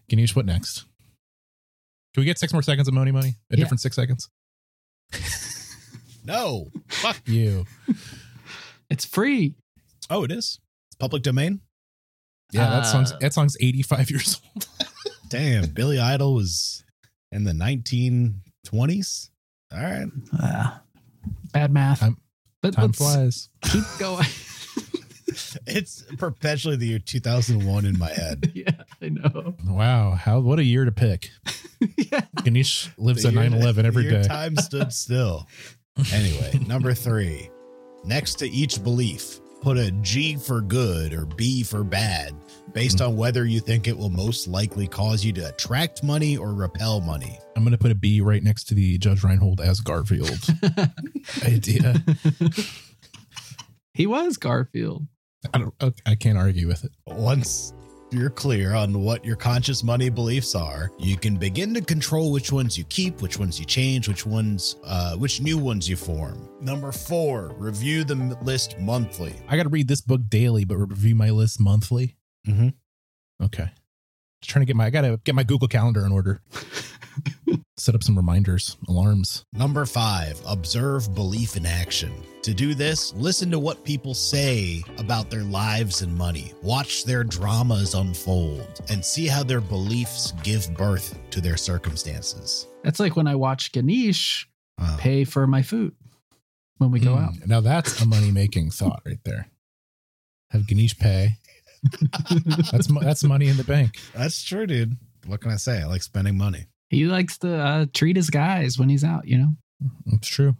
Speaker 1: Ganesh, what next? Can we get six more seconds of Money Money? A
Speaker 4: Yeah.
Speaker 1: different six seconds?
Speaker 3: No. Fuck.
Speaker 1: You.
Speaker 4: It's free.
Speaker 3: Oh, it is. It's public domain.
Speaker 1: Yeah, that song's
Speaker 4: Uh,
Speaker 1: that song's 85 years old.
Speaker 3: Damn, Billy Idol was in the 1920s. All right.
Speaker 4: Uh, bad math.
Speaker 1: Time-
Speaker 4: but
Speaker 1: Time
Speaker 4: let's
Speaker 1: flies. [laughs]
Speaker 4: keep going. [laughs]
Speaker 3: It's perpetually the year 2001 in my head.
Speaker 4: yeah, I know. [laughs]
Speaker 1: Wow. How what a year to pick.
Speaker 4: yeah.
Speaker 1: [laughs] Ganesh [laughs] lives
Speaker 3: The
Speaker 1: at
Speaker 3: year-
Speaker 1: 9 11 every
Speaker 3: the year
Speaker 1: day. [laughs]
Speaker 3: Time stood still. Anyway, number three. Next to each belief, put a G for good or B for bad, based
Speaker 1: Mm.
Speaker 3: on whether you think it will most likely cause you to attract money or repel money.
Speaker 1: I'm going to put a B right next to the Judge Reinhold as
Speaker 4: [laughs]
Speaker 1: Garfield idea.
Speaker 4: he was Garfield.
Speaker 1: I, don't, okay, I can't argue with it.
Speaker 3: Once you're clear on what your conscious money beliefs are, you can begin to control which ones you keep, which ones you change, which ones, uh, which new ones you form. Number four, review the m- list monthly.
Speaker 1: I got to read this book daily, but review my list monthly.
Speaker 3: Mhm.
Speaker 4: [laughs]
Speaker 1: Okay. Just trying to get my, I got to get my Google Calendar in order. set up some reminders, alarms.
Speaker 3: Number five, observe belief in action. To do this, listen to what people say about their lives and money, watch their dramas unfold, and see how their beliefs give birth to their circumstances.
Speaker 4: That's like when I watch Ganesh
Speaker 3: Uh,
Speaker 4: pay for my food when we go out.
Speaker 1: Mm, Now that's a money making thought right there. Have Ganesh pay. That's mo- that's money in the bank.
Speaker 3: that's true, dude. What can I say? I like spending money.
Speaker 4: [laughs] He likes to uh, treat his guys when he's out, you know?
Speaker 1: It's true.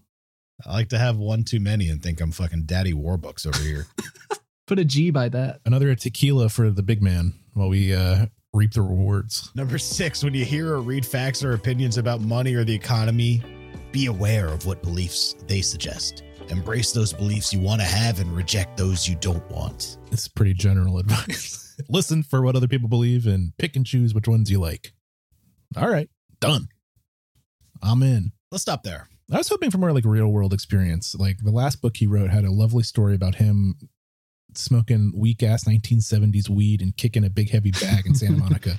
Speaker 3: I like to have one too many and think I'm fucking Daddy Warbucks over [laughs] here.
Speaker 4: Put a G by that.
Speaker 1: Another tequila for the big man while we uh, reap the rewards.
Speaker 3: Number six, when you hear or read facts or opinions about money or the economy, be aware of what beliefs they suggest. Embrace those beliefs you want to have and reject those you don't want.
Speaker 1: It's pretty
Speaker 4: [laughs]
Speaker 1: general advice. Listen for what other people believe and pick and choose which ones you like. All right, done. I'm in.
Speaker 3: Let's stop there.
Speaker 1: I was hoping for more like real world experience. Like the last book he wrote had a lovely story about him smoking weak ass 1970s weed and kicking a big heavy bag in
Speaker 4: [laughs]
Speaker 1: Santa Monica.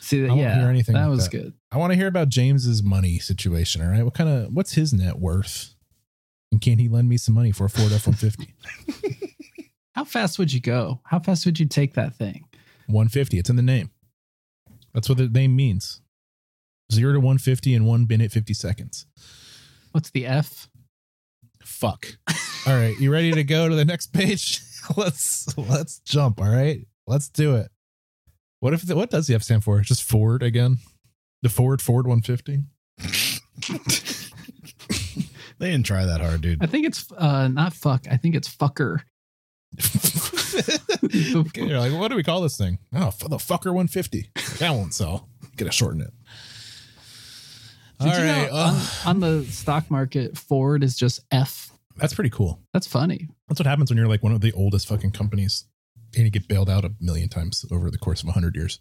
Speaker 4: See,
Speaker 1: I won't
Speaker 4: yeah,
Speaker 1: hear anything
Speaker 4: that
Speaker 1: like
Speaker 4: was
Speaker 1: that.
Speaker 4: good.
Speaker 1: I want to hear about James's money situation. All right. What kind of, what's his net worth? And can he lend me some money for a Ford F 150?
Speaker 4: How fast would you go? How fast would you take that thing?
Speaker 1: 150. It's in the name. That's what the name means. Zero to 150 in one minute, 50 seconds.
Speaker 4: What's the F? [laughs]
Speaker 1: fuck all right you ready to go to the next page [laughs] let's let's jump all right let's do it what if what does the f stand for just ford again the ford ford
Speaker 4: [laughs]
Speaker 1: 150
Speaker 3: They didn't try that hard, dude.
Speaker 4: I think it's uh, not fuck. I think it's fucker. [laughs]
Speaker 1: [laughs] Okay, you're like what do we call this thing oh f- the fucker 150 that won't sell gotta shorten it
Speaker 4: Did
Speaker 1: all
Speaker 4: you know um,
Speaker 1: right uh,
Speaker 4: on, on the stock market, Ford is just F.
Speaker 1: that's pretty cool
Speaker 4: That's funny.
Speaker 1: that's what happens when you're like one of the oldest fucking companies and you get bailed out a million times over the course of 100 years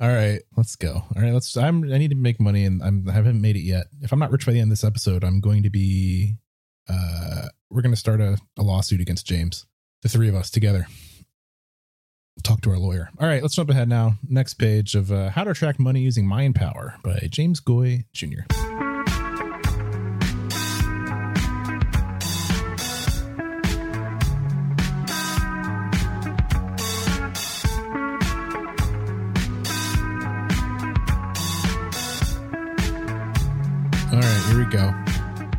Speaker 1: all right let's go all right let's i'm i need to make money and I'm, i haven't made it yet if i'm not rich by the end of this episode i'm going to be uh we're going to start a, a lawsuit against james the three of us together talk to our lawyer all right let's jump ahead now next page of uh, how to attract money using mind power by james goy jr All right, here we go.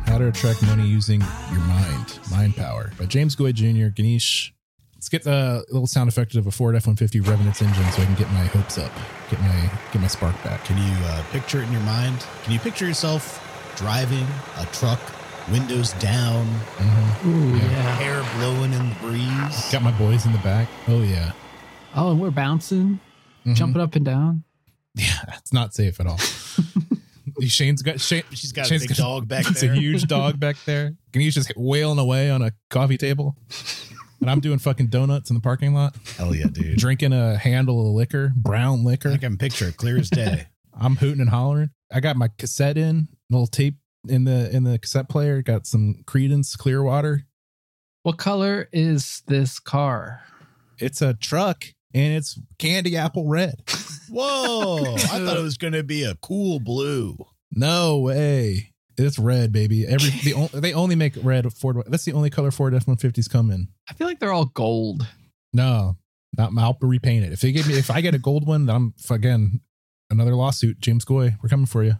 Speaker 1: How to attract money using your mind, mind power by James Goy Jr. Ganesh. Let's get the little sound effect of a Ford F one fifty revving its engine so I can get my hopes up, get my get my spark back.
Speaker 3: Can you uh, picture it in your mind? Can you picture yourself driving a truck, windows down,
Speaker 1: Mhm. Yeah.
Speaker 4: Ooh, yeah.
Speaker 3: hair blowing in the breeze?
Speaker 1: Got my boys in the back. Oh yeah, [laughs]
Speaker 4: Oh, and we're bouncing,
Speaker 1: Mhm.
Speaker 4: jumping up and down.
Speaker 1: Yeah, it's not safe at all. Shane's got Shane,
Speaker 3: She's got
Speaker 1: Shane's
Speaker 3: a big dog
Speaker 1: [laughs]
Speaker 3: back
Speaker 1: It's
Speaker 3: there.
Speaker 1: a huge dog back there. Ganesh just wailing away on a coffee table, and I'm doing fucking donuts in the parking lot,
Speaker 3: Hell yeah,
Speaker 1: [laughs]
Speaker 3: dude.
Speaker 1: drinking a handle of liquor, brown liquor.
Speaker 3: I can picture it clear as day.
Speaker 1: I'm hooting and hollering. I got my cassette in, little tape in the in the cassette player. Got some Credence Clearwater.
Speaker 4: What color is this car?
Speaker 1: It's a truck and it's candy apple red.
Speaker 3: Whoa! I thought it was going to be a cool blue.
Speaker 1: No way. It's red, baby. Every the on, they only make red Ford. That's the only color Ford F one fifties come in.
Speaker 4: I feel like they're all gold.
Speaker 1: No, not I'll repaint it. If they give me, if I get a gold one, then I'm again another lawsuit. James Goy, we're coming for you.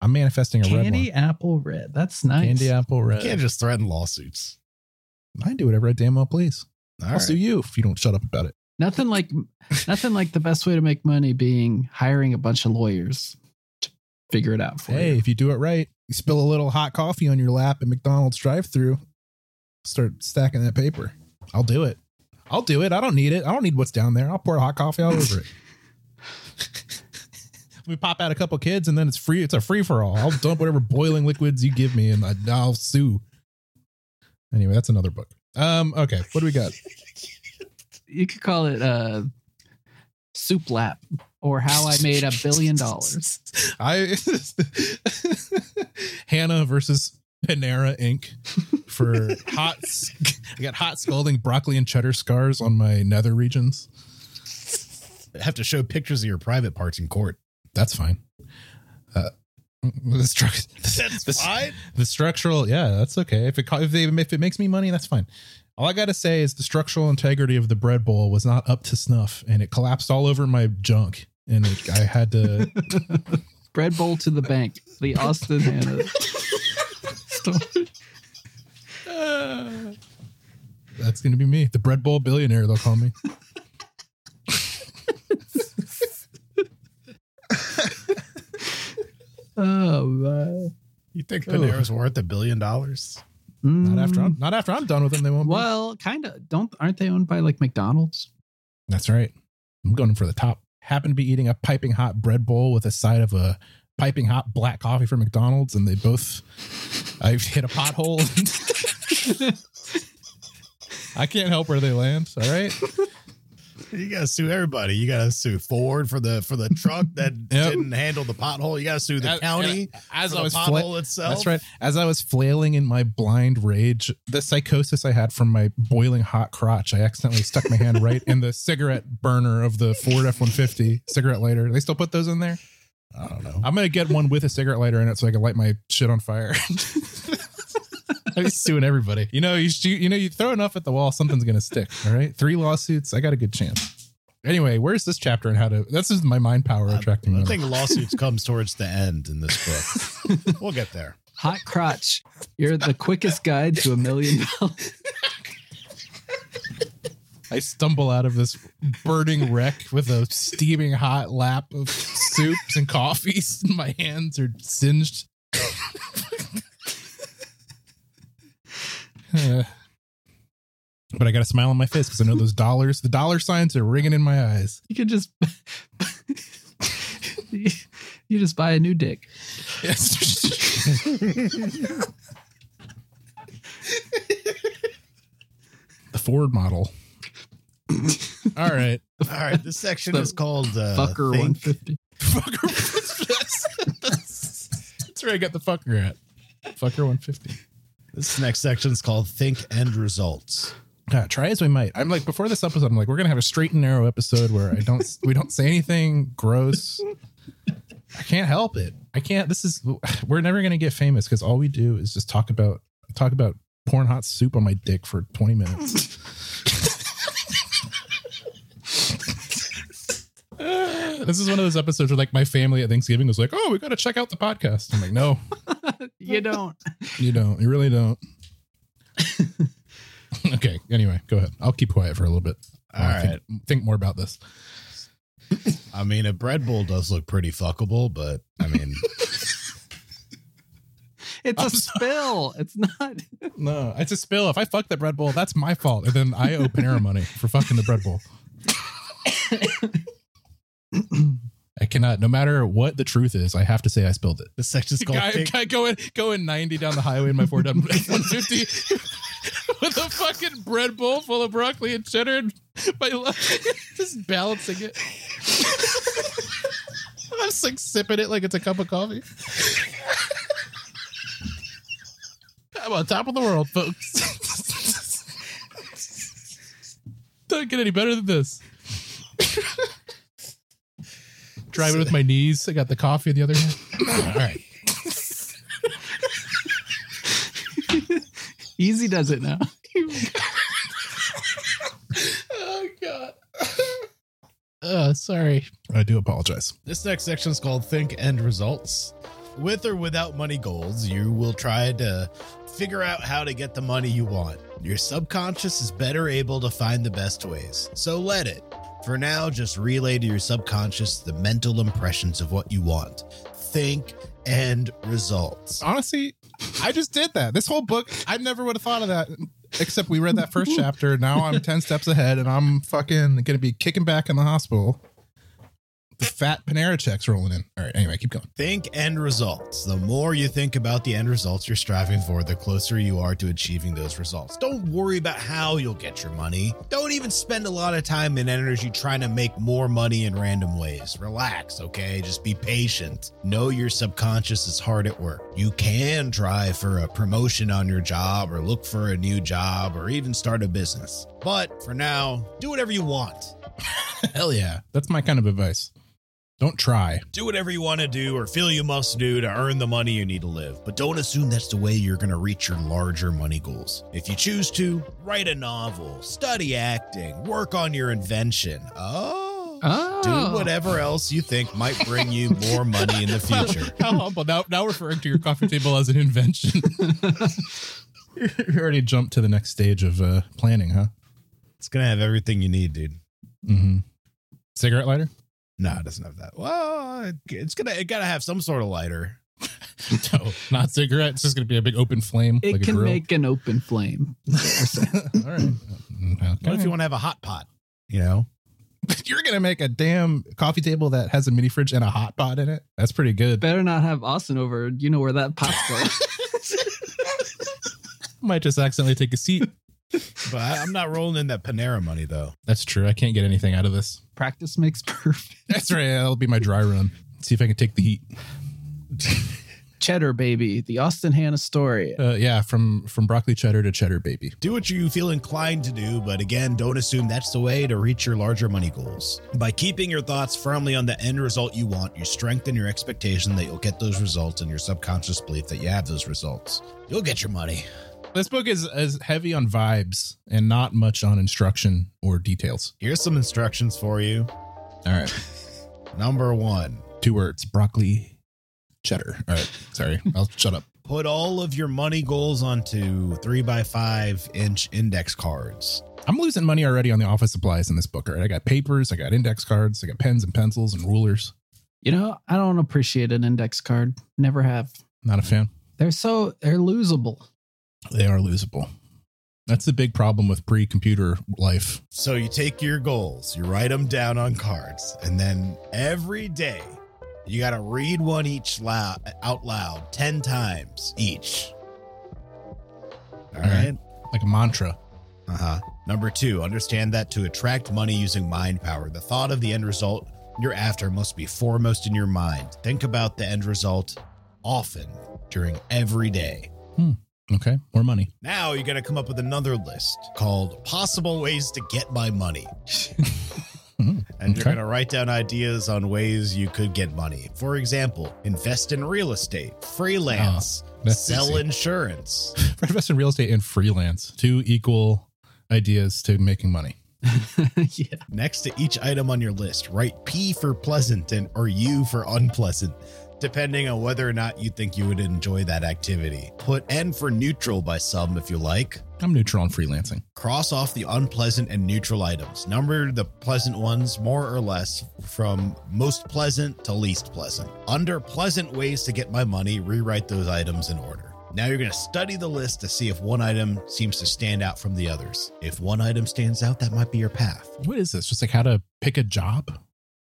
Speaker 1: I'm manifesting a red one.
Speaker 4: Candy apple red. That's nice.
Speaker 1: Candy apple
Speaker 3: You
Speaker 1: red.
Speaker 3: can't just threaten lawsuits.
Speaker 1: I do whatever I damn well please.
Speaker 3: All
Speaker 1: I'll
Speaker 3: right.
Speaker 1: sue you if you don't shut up about it.
Speaker 4: Nothing like nothing like the best way to make money being hiring a bunch of lawyers to figure it out for
Speaker 1: Hey,
Speaker 4: you.
Speaker 1: if you do it right, you spill a little hot coffee on your lap at McDonald's drive-through, start stacking that paper. I'll do it. I'll do it. I don't need it. I don't need what's down there. I'll pour hot coffee all over it.
Speaker 4: [laughs]
Speaker 1: we pop out a couple kids and then it's free. It's a free for all. I'll dump whatever boiling liquids you give me and I, I'll sue. Anyway, that's another book. Um, okay, what do we got?
Speaker 4: You could call it uh soup lap or how I made a billion dollars.
Speaker 1: I [laughs] Hannah versus Panera Inc. for hot. I got hot scalding broccoli and cheddar scars on my nether regions.
Speaker 3: have to show pictures of your private parts in court.
Speaker 1: That's fine. Uh, The, struct-
Speaker 3: That's
Speaker 1: the,
Speaker 3: fine.
Speaker 1: the structural, yeah, that's okay. If it co- if they if it makes me money, that's fine. All I gotta say is the structural integrity of the bread bowl was not up to snuff, and it collapsed all over my junk, and it, I had to. [laughs]
Speaker 4: Bread bowl to the bank. The Austin Hannah
Speaker 1: [laughs]
Speaker 4: story.
Speaker 1: that's gonna be me, the bread bowl billionaire. They'll call me.
Speaker 4: Oh man.
Speaker 3: You think Panera's worth a billion dollars?
Speaker 1: Not after I'm not after I'm done with them. They won't. be.
Speaker 4: Mm. Well, kind of. Don't aren't they owned by like McDonald's?
Speaker 1: That's right. I'm going for the top. Happen to be eating a piping hot bread bowl with a side of a piping hot black coffee from McDonald's, and they both. I hit a pothole. [laughs] I can't help where they land. All
Speaker 3: [laughs]
Speaker 1: right.
Speaker 3: You gotta sue everybody. You gotta sue Ford for the for the truck that
Speaker 1: Yep.
Speaker 3: didn't handle the pothole. You gotta sue the
Speaker 1: As-
Speaker 3: county
Speaker 1: As
Speaker 3: for
Speaker 1: I
Speaker 3: the
Speaker 1: was fla-
Speaker 3: pothole itself.
Speaker 1: That's right. As I was flailing in my blind rage, the psychosis I had from my boiling hot crotch, I accidentally stuck my hand right in the cigarette burner of the Ford F 150 cigarette lighter. They still put those in there?
Speaker 3: I don't know.
Speaker 1: I'm gonna get one with a cigarette lighter in it so I can light my shit on fire. [laughs] I'm just suing everybody. You know, you shoot, you know, you throw enough at the wall, something's gonna stick. All right, three lawsuits, I got a good chance. Anyway, where's this chapter and how to? This is my mind power attracting.
Speaker 3: I
Speaker 1: money.
Speaker 3: think lawsuits comes towards the end in this book. we'll get there.
Speaker 4: Hot crotch. You're the quickest guide to a million dollars. [laughs]
Speaker 1: I stumble out of this burning wreck with a steaming hot lap of soups and coffees. [laughs] My hands are singed. Uh, but I got a smile on my face because I know those dollars, the dollar signs are ringing in my eyes.
Speaker 4: You could just [laughs] you just buy a new dick.
Speaker 1: Yes. [laughs] the Ford model. All right.
Speaker 3: All right, this section
Speaker 4: The
Speaker 3: is called uh,
Speaker 4: Fucker
Speaker 3: Think-
Speaker 4: one fifty.
Speaker 1: [laughs] Fucker. that's, that's where I got the fucker at. Fucker 150.
Speaker 3: [laughs] This next section is called Think End Results.
Speaker 1: Yeah, try as we might. I'm like before this episode, I'm like, we're gonna have a straight and narrow episode where I don't we don't say anything gross. I can't help it. I can't. This is we're never gonna get famous because all we do is just talk about talk about pouring hot soup on my dick for 20 [laughs] minutes. this is one of those episodes where like my family at Thanksgiving was like, oh, we gotta check out the podcast. I'm like, no,
Speaker 4: You don't.
Speaker 1: you don't. You really don't. [laughs] okay. Anyway, go ahead. I'll keep quiet for a little bit.
Speaker 3: All right.
Speaker 1: Think, think more about this.
Speaker 3: I mean, a bread bowl does look pretty fuckable, but I mean,
Speaker 4: It's a spill. It's not.
Speaker 1: No, it's a spill. If I fuck that bread bowl, that's my fault. And then I owe Panera money for fucking the bread [coughs] bowl. I cannot. No matter what the truth is, I have to say I spilled it.
Speaker 3: this section is called
Speaker 1: Guy,
Speaker 3: Think,
Speaker 1: guy going going 90 down the highway in my Ford [laughs] F-150 with a fucking bread bowl full of broccoli and cheddar and my left [laughs] just balancing it. [laughs] I'm just like sipping it like it's a cup of coffee. [laughs] I'm on top of the world, folks. [laughs] Don't get any better than this. [laughs] Driving with my knees. I got the coffee in the other hand. All right.
Speaker 4: Easy does it now.
Speaker 1: [laughs] Oh [laughs] god. oh, sorry. I do apologize.
Speaker 3: This next section is called Think End Results. With or without money goals, you will try to figure out how to get the money you want. Your subconscious is better able to find the best ways, so let it. For now, just relay to your subconscious the mental impressions of what you want. Think End Results.
Speaker 1: Honestly, I just did that. This whole book, I never would have thought of that. Except we read that [laughs] first chapter. Now I'm ten steps ahead, and I'm fucking gonna be kicking back in the hospital. The fat Panera checks rolling in. All right. Anyway, keep going. [laughs]
Speaker 3: Think end results. The more you think about the end results you're striving for, the closer you are to achieving those results. Don't worry about how you'll get your money. Don't even spend a lot of time and energy trying to make more money in random ways. Relax, okay? Just be patient. Know your subconscious is hard at work. You can try for a promotion on your job or look for a new job or even start a business. But for now, do whatever you want.
Speaker 1: Hell yeah, that's my kind of advice. Don't try.
Speaker 3: Do whatever you want to do or feel you must do to earn the money you need to live, but don't assume that's the way you're going to reach your larger money goals. If you choose to, write a novel, study acting, work on your invention. Oh.
Speaker 4: [laughs] Oh.
Speaker 3: Do whatever else you think might bring you more money in the future.
Speaker 1: How humble. Now, now referring to your [laughs] coffee table as an invention. [laughs] you already jumped to the next stage of uh, planning, huh?
Speaker 3: It's going to have everything you need, dude.
Speaker 1: Mm-hmm. Cigarette lighter?
Speaker 3: No, it doesn't have that. Well, it- it's gonna it gotta have some sort of lighter.
Speaker 1: [laughs] No, not cigarette. It's just going to be a big open flame.
Speaker 4: It
Speaker 1: like a
Speaker 4: can
Speaker 1: grill.
Speaker 4: make an open flame.
Speaker 1: [laughs] All [laughs] right.
Speaker 3: What if you want to have a hot pot? You know,
Speaker 1: [laughs] You're gonna make a damn coffee table that has a mini fridge and a hot pot in it. That's pretty good.
Speaker 4: Better not have Austin over. You know where that pot's going.
Speaker 1: Might just accidentally take a seat.
Speaker 3: but I- I'm not rolling in that Panera money though.
Speaker 1: [laughs] That's true. I can't get anything out of this.
Speaker 4: Practice makes [laughs] perfect.
Speaker 1: That's right. That'll be my dry run. See if I can take the heat.
Speaker 4: Cheddar Baby, the Austin Hannah story.
Speaker 1: Uh, yeah, from from broccoli cheddar to cheddar baby.
Speaker 3: Do what you feel inclined to do, but again, don't assume that's the way to reach your larger money goals. By keeping your thoughts firmly on the end result you want, you strengthen your expectation that you'll get those results and your subconscious belief that you have those results. You'll get your money.
Speaker 1: This book is as heavy on vibes and not much on instruction or details.
Speaker 3: Here's some instructions for you.
Speaker 1: All right.
Speaker 3: Number one.
Speaker 1: Two words: broccoli cheddar. All right. Sorry. I'll shut up.
Speaker 3: Put all of your money goals onto three by five inch index cards.
Speaker 1: I'm losing money already on the office supplies in this book. All right. I got papers. I got index cards. I got pens and pencils and rulers.
Speaker 4: You know, I don't appreciate an index card. Never have.
Speaker 1: Not a fan.
Speaker 4: They're so they're losable. [laughs]
Speaker 1: They are losable. That's the big problem with pre computer life.
Speaker 3: So you take your goals, you write them down on cards, and then every day you got to read one each lou- out loud 10 times each. All right.
Speaker 1: Like a mantra.
Speaker 3: Uh huh. Number two, understand that to attract money using mind power, the thought of the end result you're after must be foremost in your mind. Think about the end result often during every day.
Speaker 1: Okay. More money.
Speaker 3: Now you got to come up with another list called possible ways to get
Speaker 1: [laughs]
Speaker 3: my money.
Speaker 1: Mm,
Speaker 3: And
Speaker 1: okay.
Speaker 3: you're going to write down ideas on ways you could get money. For example, invest in real estate, freelance,
Speaker 1: Ah, that's
Speaker 3: sell
Speaker 1: easy.
Speaker 3: insurance. [laughs]
Speaker 1: Invest in real estate and freelance. Two equal ideas to making money.
Speaker 4: yeah.
Speaker 3: Next to each item on your list, write P for pleasant and or U for unpleasant, depending on whether or not you think you would enjoy that activity. Put N for neutral by some if you like.
Speaker 1: I'm neutral on freelancing.
Speaker 3: Cross off the unpleasant and neutral items. Number the pleasant ones more or less from most pleasant to least pleasant. Under pleasant ways to get my money, rewrite those items in order. Now you're going to study the list to see if one item seems to stand out from the others. If one item stands out, that might be your path.
Speaker 1: What is this? Just like how to pick a job? I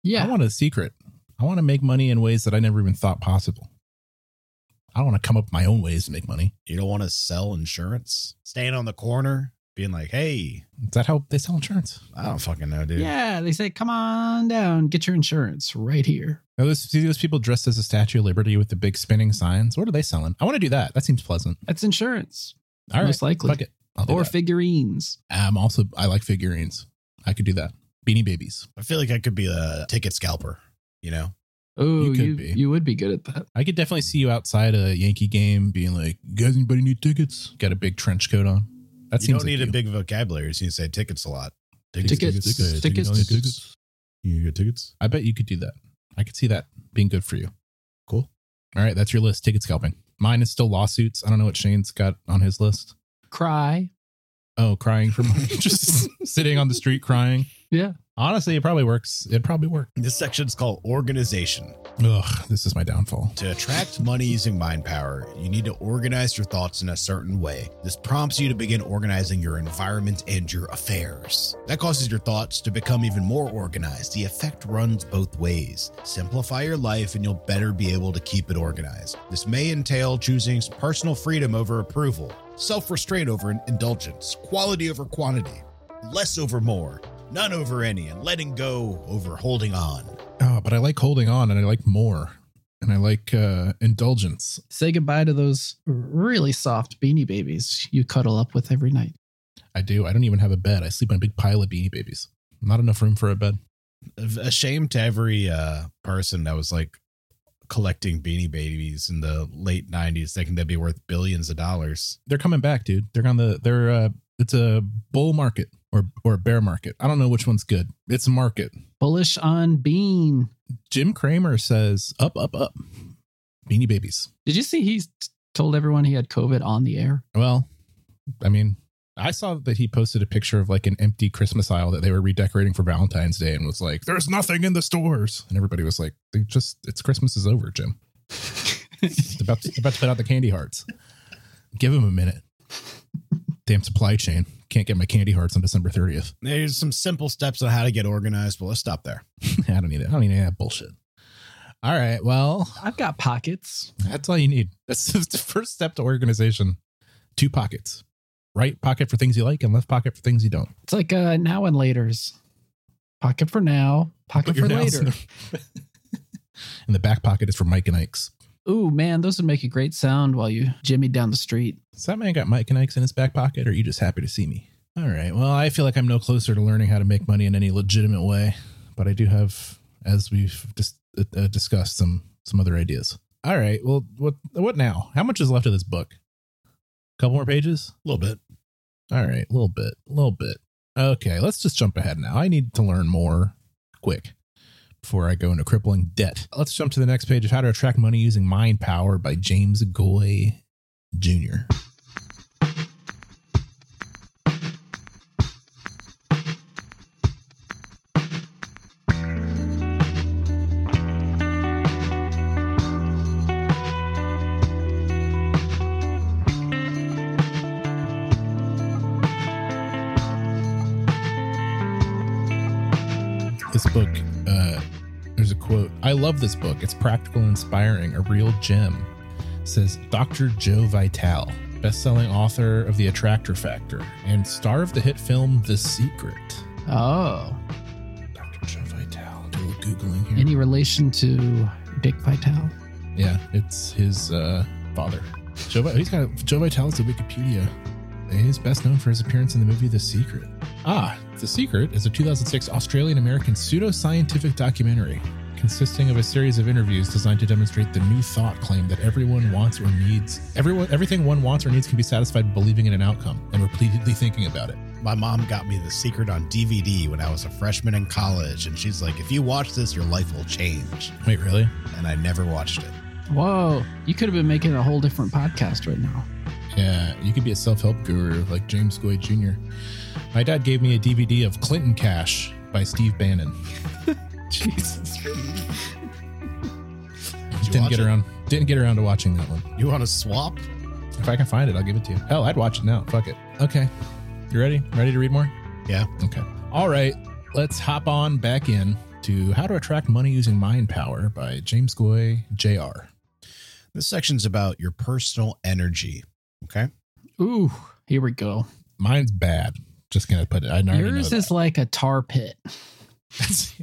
Speaker 4: Yeah.
Speaker 1: want a secret. I want to make money in ways that I never even thought possible. I don't want to come up with my own ways to make money.
Speaker 3: You don't want to sell insurance? Staying on the corner, being like, hey,
Speaker 1: Is that how they sell insurance?
Speaker 3: I don't fucking know, dude.
Speaker 4: yeah. They say, come on down, get your insurance right here.
Speaker 1: Now, those, see those people dressed as a Statue of Liberty with the big spinning signs? What are they selling? I want to do that. That seems pleasant.
Speaker 4: That's insurance.
Speaker 1: All right.
Speaker 4: Most likely.
Speaker 1: Fuck it. I'll do
Speaker 4: Or
Speaker 1: that.
Speaker 4: figurines.
Speaker 1: I'm also I like figurines. I could do that. Beanie Babies.
Speaker 3: I feel like I could be a ticket scalper, you know?
Speaker 4: Oh,
Speaker 1: You
Speaker 4: you,
Speaker 1: could be.
Speaker 4: you, would be good at that.
Speaker 1: I could definitely see you outside a Yankee game, being like, "You "Guys, anybody need tickets?" Got a big trench coat on. That
Speaker 3: you
Speaker 1: seems
Speaker 3: don't need
Speaker 1: like
Speaker 3: a big vocabulary. So you say tickets a lot.
Speaker 4: Tickets, tickets, tickets, tickets.
Speaker 3: You get tickets.
Speaker 1: I bet you could do that. I could see that being good for you.
Speaker 3: Cool.
Speaker 1: All right, that's your list. Ticket scalping. Mine is still lawsuits. I don't know what Shane's got on his list.
Speaker 4: Cry.
Speaker 1: Oh, crying for money. [laughs] just sitting on the street crying.
Speaker 4: Yeah.
Speaker 1: Honestly, it probably works. It probably worked.
Speaker 3: This section's called organization.
Speaker 1: Ugh, this is my downfall.
Speaker 3: To attract money using mind power, you need to organize your thoughts in a certain way. This prompts you to begin organizing your environment and your affairs. That causes your thoughts to become even more organized. The effect runs both ways. Simplify your life and you'll better be able to keep it organized. This may entail choosing personal freedom over approval, self restraint over indulgence, quality over quantity, less over more, none over any, and letting go over holding on.
Speaker 1: Oh, but I like holding on and I like more and I like uh, indulgence.
Speaker 4: Say goodbye to those really soft beanie babies you cuddle up with every night.
Speaker 1: I do. I don't even have a bed. I sleep on a big pile of beanie babies. Not enough room for a bed.
Speaker 3: a shame to every uh, person that was like collecting beanie babies in the late 90s thinking they'd be worth billions of dollars
Speaker 1: They're coming back, dude. They're on the they're uh it's a bull market or or a bear market. I don't know which one's good. It's a market.
Speaker 4: Bullish on Bean.
Speaker 1: Jim Cramer says up up up. Beanie babies.
Speaker 4: Did you see he told everyone he had COVID on the air?
Speaker 1: Well, I mean, I saw that he posted a picture of like an empty Christmas aisle that they were redecorating for Valentine's Day and was like, there's nothing in the stores. And everybody was like, they just, it's Christmas is over, Jim. It's about to, about to put out the candy hearts. Give him a minute. Damn supply chain. Can't get my candy hearts on December 30th.
Speaker 3: there's some simple steps on how to get organized but let's stop there
Speaker 1: [laughs] I don't need it. I don't need any of that bullshit. All right. Well,
Speaker 4: I've got pockets.
Speaker 1: That's all you need. That's [laughs] just the first step to organization. Two pockets. Right pocket for things you like and left pocket for things you don't.
Speaker 4: It's like uh, now and later's. Pocket for now, pocket
Speaker 1: Put your
Speaker 4: for
Speaker 1: nails
Speaker 4: later.
Speaker 1: In the, [laughs] in the back pocket is for Mike and Ike's.
Speaker 4: Ooh, man, those would make a great sound while you jimmy down the street.
Speaker 1: Does that man got Mike and Ike's in his back pocket, or are you just happy to see me? All right. Well, I feel like I'm no closer to learning how to make money in any legitimate way, but I do have, as we've just uh, discussed, some some other ideas. All right. Well, what what now? How much is left of this book? couple more pages.
Speaker 3: a little bit
Speaker 1: All right, a little bit, a little bit. Okay, let's just jump ahead now. I need to learn more quick before I go into crippling debt. Let's jump to the next page of How to Attract Money Using Mind Power by James Goy Jr. This book, uh, there's a quote. I love this book. It's practical and inspiring, a real gem, says Dr. Joe Vitale, best selling author of The Attractor Factor and star of the hit film The Secret.
Speaker 4: Oh,
Speaker 1: Dr. Joe Vitale. Do a little Googling here.
Speaker 4: any relation to Dick Vitale?
Speaker 1: Yeah, it's his uh, father. Joe, Vi- he's got Joe Vitale's the Wikipedia. He's best known for his appearance in the movie The Secret. Ah, The Secret is a 2006 Australian American pseudoscientific documentary consisting of a series of interviews designed to demonstrate the new thought claim that everyone wants or needs everyone everything one wants or needs can be satisfied believing in an outcome and repeatedly thinking about it.
Speaker 3: my mom got me the secret on dvd when i was a freshman in college and she's like if you watch this your life will change
Speaker 1: Wait, really?
Speaker 3: and i never watched it
Speaker 4: Whoa, you could have been making a whole different podcast right now.
Speaker 1: Yeah, you could be a self help guru like James Goy Jr. My dad gave me a DVD of Clinton Cash by Steve Bannon.
Speaker 4: Jesus.
Speaker 3: you
Speaker 1: didn't
Speaker 3: watch
Speaker 1: get
Speaker 3: it?
Speaker 1: around. Didn't get around to watching that one.
Speaker 3: you want to swap
Speaker 1: If I can find it, I'll give it to you. Hell, I'd watch it now. Fuck it. Okay, you ready? Ready to read more?
Speaker 3: Yeah.
Speaker 1: Okay. All right. Let's hop on back in to How to Attract Money Using Mind Power by James Goy Jr.
Speaker 3: This section's about your personal energy. Okay.
Speaker 4: Ooh, here we go.
Speaker 1: Mine's bad. Just gonna put it. I already know
Speaker 4: Yours
Speaker 1: that. [laughs]
Speaker 4: is like a tar pit.
Speaker 1: It's,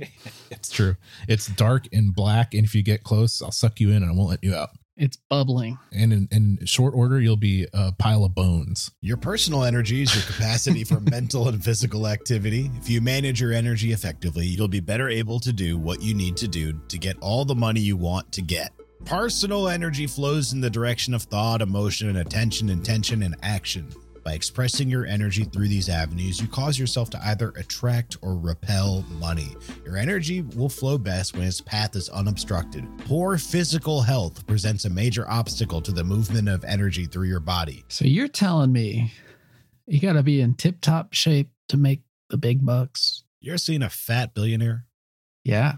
Speaker 1: it's true. It's dark and black, and if you get close, I'll suck you in and I won't let you out.
Speaker 4: It's bubbling.
Speaker 1: And in, in short order, you'll be a pile of bones.
Speaker 3: Your personal energy is your capacity for mental and physical activity. If you manage your energy effectively, you'll be better able to do what you need to do to get all the money you want to get. Personal energy flows in the direction of thought, emotion, and attention, intention, and action. By expressing your energy through these avenues, you cause yourself to either attract or repel money. Your energy will flow best when its path is unobstructed. Poor physical health presents a major obstacle to the movement of energy through your body.
Speaker 4: So you're telling me you got to be in tip top shape to make the big bucks?
Speaker 3: You ever seen a fat billionaire?
Speaker 4: Yeah.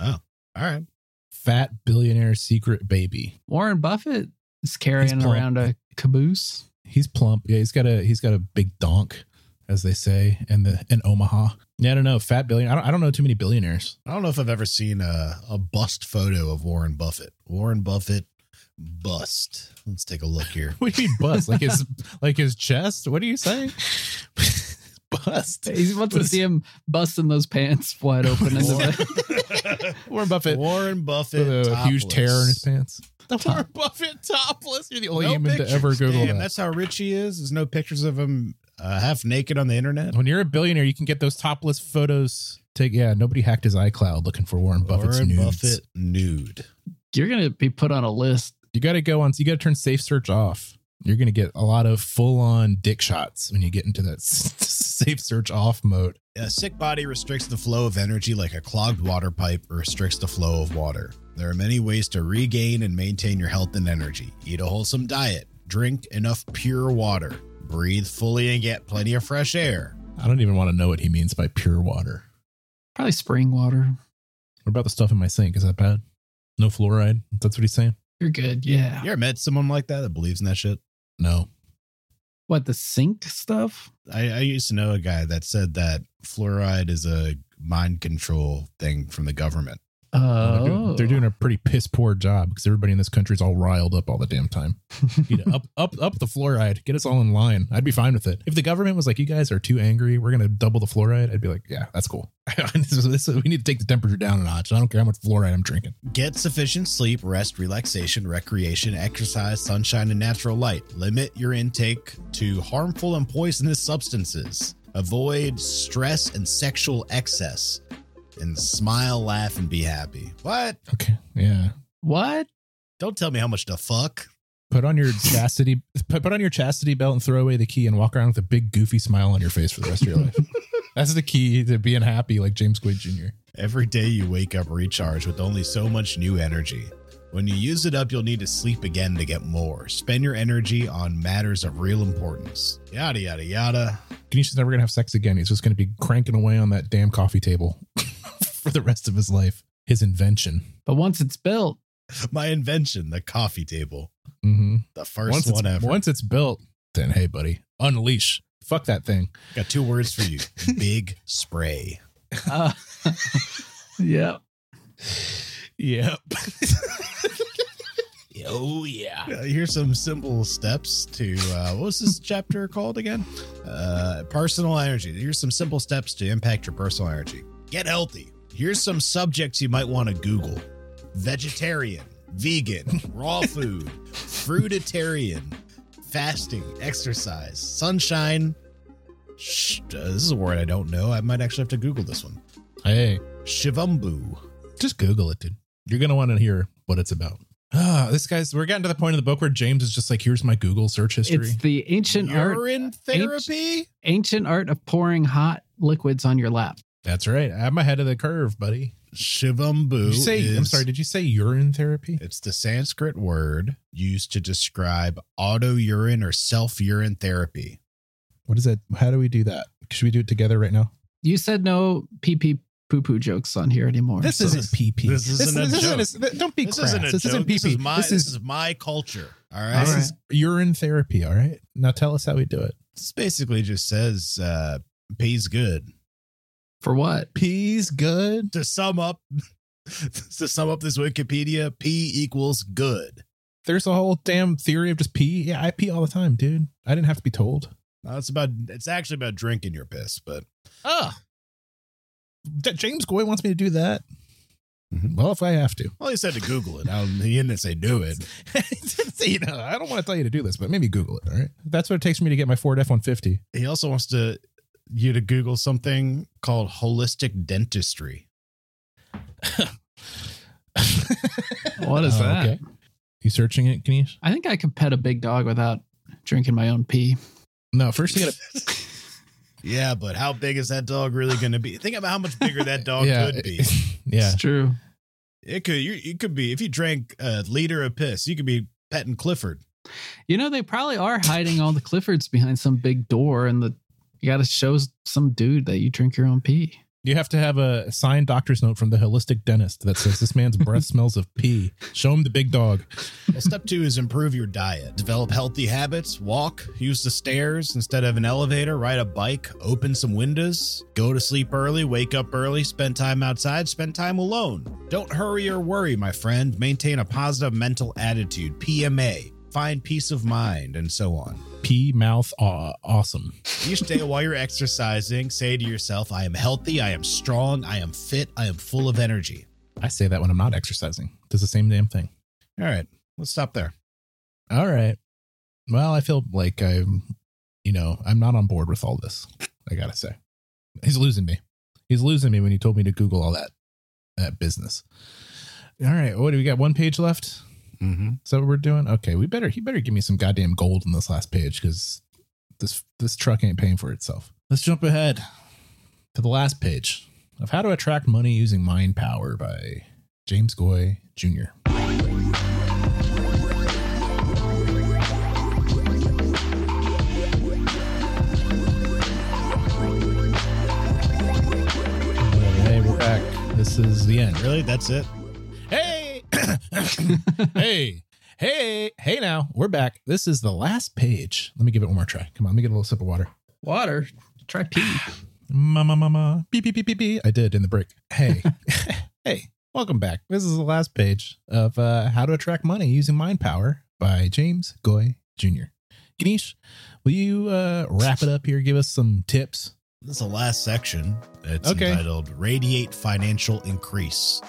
Speaker 3: All right.
Speaker 1: Fat billionaire secret baby.
Speaker 4: Warren Buffett is carrying
Speaker 1: He's plump.
Speaker 4: around a
Speaker 1: [laughs]
Speaker 4: caboose.
Speaker 1: He's plump. Yeah, he's got a he's got a big donk, as they say, in the in Omaha. Yeah, I don't know. Fat billionaire. I don't, I don't know too many billionaires. [laughs]
Speaker 3: I don't know if I've ever seen a, a bust photo of Warren Buffett. Warren Buffett bust. Let's take a look here.
Speaker 1: What do you mean bust? like his [laughs] like his chest? What are you [laughs] saying? bust.
Speaker 4: He wants
Speaker 1: What
Speaker 4: to
Speaker 1: is-
Speaker 4: see him busting those pants wide open. in the
Speaker 3: [laughs]
Speaker 1: Warren Buffett
Speaker 3: Warren Buffett.
Speaker 1: with a huge
Speaker 3: topless.
Speaker 1: tear in his pants. Warren
Speaker 4: top.
Speaker 1: Buffett topless. You're the only
Speaker 3: No
Speaker 1: human
Speaker 3: pictures.
Speaker 1: to ever Google
Speaker 3: Damn,
Speaker 1: that.
Speaker 3: That's how rich he is. There's no pictures of him uh, half naked on the internet.
Speaker 1: [laughs] When you're a billionaire, you can get those topless photos Take yeah, nobody hacked his iCloud looking for Warren Buffett's
Speaker 3: Warren
Speaker 1: nudes.
Speaker 3: Buffett nude.
Speaker 4: [laughs] You're gonna be put on a list.
Speaker 1: You got to go on. You got to turn safe search off. You're gonna get a lot of full on dick shots when you get into that [laughs] safe search off mode.
Speaker 3: A sick body restricts the flow of energy like a clogged water pipe restricts the flow of water. There are many ways to regain and maintain your health and energy. Eat a wholesome diet, drink enough pure water, breathe fully and get plenty of fresh air.
Speaker 1: I don't even want to know what he means by pure water.
Speaker 4: Probably spring water.
Speaker 1: What about the stuff in my sink? Is that bad? No fluoride. That's what he's saying.
Speaker 4: You're good. Yeah.
Speaker 3: You ever met someone like that that believes in that shit?
Speaker 1: No.
Speaker 4: What the sink stuff?
Speaker 3: I, I used to know a guy that said that fluoride is a mind control thing from the government.
Speaker 1: They're,
Speaker 4: Oh,
Speaker 1: doing, they're doing a pretty piss poor job because everybody in this country is all riled up all the damn time. You know, up, up, up the fluoride. Get us all in line. I'd be fine with it. If the government was like, "You guys are too angry. We're gonna double the fluoride," I'd be like, "Yeah, that's cool. [laughs] This is- this is- we need to take the temperature down a notch. I don't care how much fluoride I'm drinking."
Speaker 3: Get sufficient sleep, rest, relaxation, recreation, exercise, sunshine, and natural light. Limit your intake to harmful and poisonous substances. Avoid stress and sexual excess. And smile, laugh, and be happy. What?
Speaker 1: Okay. Yeah.
Speaker 4: what?
Speaker 3: Don't tell me how much to fuck.
Speaker 1: Put
Speaker 3: [laughs]
Speaker 1: on your chastity. put put on your chastity belt and throw away the key and walk around with a big goofy smile on your face for the rest of your
Speaker 3: [laughs]
Speaker 1: life. That's the key to being happy, like James Quid Jr.
Speaker 3: Every day you wake up recharged with only so much new energy. When you use it up, you'll need to sleep again to get more. Spend your energy on matters of real importance. Yada, yada, yada.
Speaker 1: Ganesha's never gonna have sex again. He's just gonna be cranking away on that damn coffee table [laughs] for the rest of his life. His invention.
Speaker 4: But once it's built,
Speaker 3: My invention, the coffee table.
Speaker 1: Mm-hmm.
Speaker 3: The first
Speaker 1: Once
Speaker 3: one
Speaker 1: it's,
Speaker 3: ever.
Speaker 1: once it's built, then hey, buddy, unleash. Fuck that thing.
Speaker 3: Got two words [laughs] for you. Big spray.
Speaker 4: uh, [laughs] yeah.
Speaker 1: Yep.
Speaker 3: Oh yeah. here's some simple steps to uh, what was [laughs] this chapter called again? Uh, personal energy. Here's some simple steps to impact your personal energy. Get healthy. Here's some subjects you might want to Google: vegetarian, vegan, [laughs] raw food, fruitarian, fasting, exercise, sunshine. Sh- uh, this is a word I don't know. I might actually have to Google this one.
Speaker 1: hey,
Speaker 3: Shivambu.
Speaker 1: just Google it, dude. You're gonna want to hear what it's about. Ah, this guy's. We're getting to the point of the book where James is just like, "Here's my Google search history."
Speaker 4: It's the ancient
Speaker 3: You're
Speaker 4: art
Speaker 3: in therapy.
Speaker 4: ancient art of pouring hot liquids on your lap.
Speaker 1: That's right. I'm ahead of the curve, buddy.
Speaker 3: Shivambu.
Speaker 1: Did you say? I'm
Speaker 3: is-
Speaker 1: sorry. Did you say urine therapy?
Speaker 3: It's the Sanskrit word used to describe auto urine or self urine therapy.
Speaker 1: What is that? How do we do that? Should we do it together right now?
Speaker 4: You said no pee pee poo poo jokes on here anymore.
Speaker 1: This
Speaker 4: so-
Speaker 1: isn't PP.
Speaker 3: this isn't a
Speaker 1: don't be
Speaker 3: This
Speaker 1: crass.
Speaker 3: isn't a
Speaker 1: this
Speaker 3: joke.
Speaker 1: isn't PP.
Speaker 3: This is my this is, my culture. All right.
Speaker 4: All
Speaker 1: this
Speaker 4: right.
Speaker 1: is urine therapy. All right. Now tell us how we do it.
Speaker 3: This basically just says uh, pays good.
Speaker 4: for what?
Speaker 1: Pee's good.
Speaker 3: To sum up, [laughs] to sum up this Wikipedia, P equals good.
Speaker 1: There's a whole damn theory of just pee. Yeah, I pee all the time, dude. I didn't have to be told.
Speaker 3: Now it's about it's actually about drinking your piss, but
Speaker 1: Ah. James Goy wants me to do that.
Speaker 3: Mhm.
Speaker 1: Well, if I have to. [laughs]
Speaker 3: well, he said to Google it. I don't, he didn't say do it.
Speaker 1: you know, I don't want to tell you to do this, but maybe Google it. All right. That's what it takes for me to get my Ford F [laughs] 150.
Speaker 3: He also wants to you to Google something called holistic dentistry.
Speaker 4: What is
Speaker 1: Oh,
Speaker 4: that?
Speaker 1: okay. You searching it, Ganesh?
Speaker 4: I think I could pet a big dog without drinking my own pee.
Speaker 1: No, first you gotta
Speaker 3: Yeah, but how big is that dog really going to be? Think about how much bigger that dog could be.
Speaker 1: [laughs] [laughs] yeah.
Speaker 4: It's true.
Speaker 3: It could. You, it could be. If you drank a liter of piss, you could be petting Clifford.
Speaker 4: You know, they probably are hiding all the Cliffords behind some big door, and the you got to show some dude that you drink your own pee.
Speaker 1: You have to have a signed doctor's note from the holistic dentist that says this man's [laughs] breath smells of pee. Show him the big dog.
Speaker 3: Well, step two is improve your diet. Develop healthy habits. Walk. Use the stairs instead of an elevator. Ride a bike. Open some windows. Go to sleep early. Wake up early. Spend time outside. Spend time alone. Don't hurry or worry, my friend. Maintain a positive mental attitude. PMA. Find peace of mind, and so on.
Speaker 1: Pee mouth aw, awesome.
Speaker 3: Each day while you're exercising, say to yourself, I am healthy, I am strong, I am fit, I am full of energy.
Speaker 1: I say that when I'm not exercising. Does the same damn thing.
Speaker 3: All right, let's stop there.
Speaker 1: All right. Well, I feel like I'm, you know, I'm not on board with all this. I gotta say, he's losing me. He's losing me when you told me to Google all that that business. All right, what do we got? One page left.
Speaker 3: Mm-hmm.
Speaker 1: Is that what we're doing? Okay, we better he better give me some goddamn gold on this last page because this this truck ain't paying for itself. Let's jump ahead to the last page of how to attract money using mind power by James Goy Jr. Hey, we're back. This is the end.
Speaker 3: Really? That's it?
Speaker 1: Hey, [coughs] hey, hey, hey! Now we're back. This is the last page. Let me give it one more try. Come on, let me get a little sip of water.
Speaker 4: Water. Try pee.
Speaker 1: Ma ma ma ma. Beep beep beep beep beep. I did in the break. [laughs] Hey, hey! Welcome back. This is the last page of uh, How to Attract Money Using Mind Power by James Goy Jr. Ganesh, will you uh, wrap it up here? Give us some tips.
Speaker 3: This is the last section. It's
Speaker 1: Okay.
Speaker 3: entitled Radiate Financial Increase.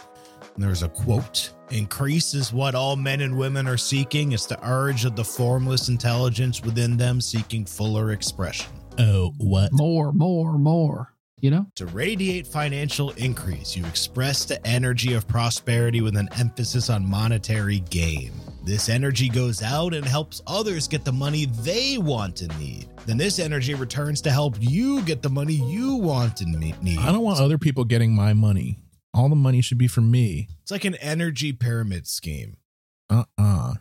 Speaker 3: And there's a quote Increase is what all men and women are seeking. It's the urge of the formless intelligence within them seeking fuller expression.
Speaker 1: Oh, what?
Speaker 4: [sighs] More, more, more. You know?
Speaker 3: To radiate financial increase, you express the energy of prosperity with an emphasis on monetary gain. This energy goes out and helps others get the money they want and need. Then this energy returns to help you get the money you want and me- need.
Speaker 1: I don't want other people getting my money. All the money should be for me.
Speaker 3: It's like an energy pyramid scheme.
Speaker 1: uh-uh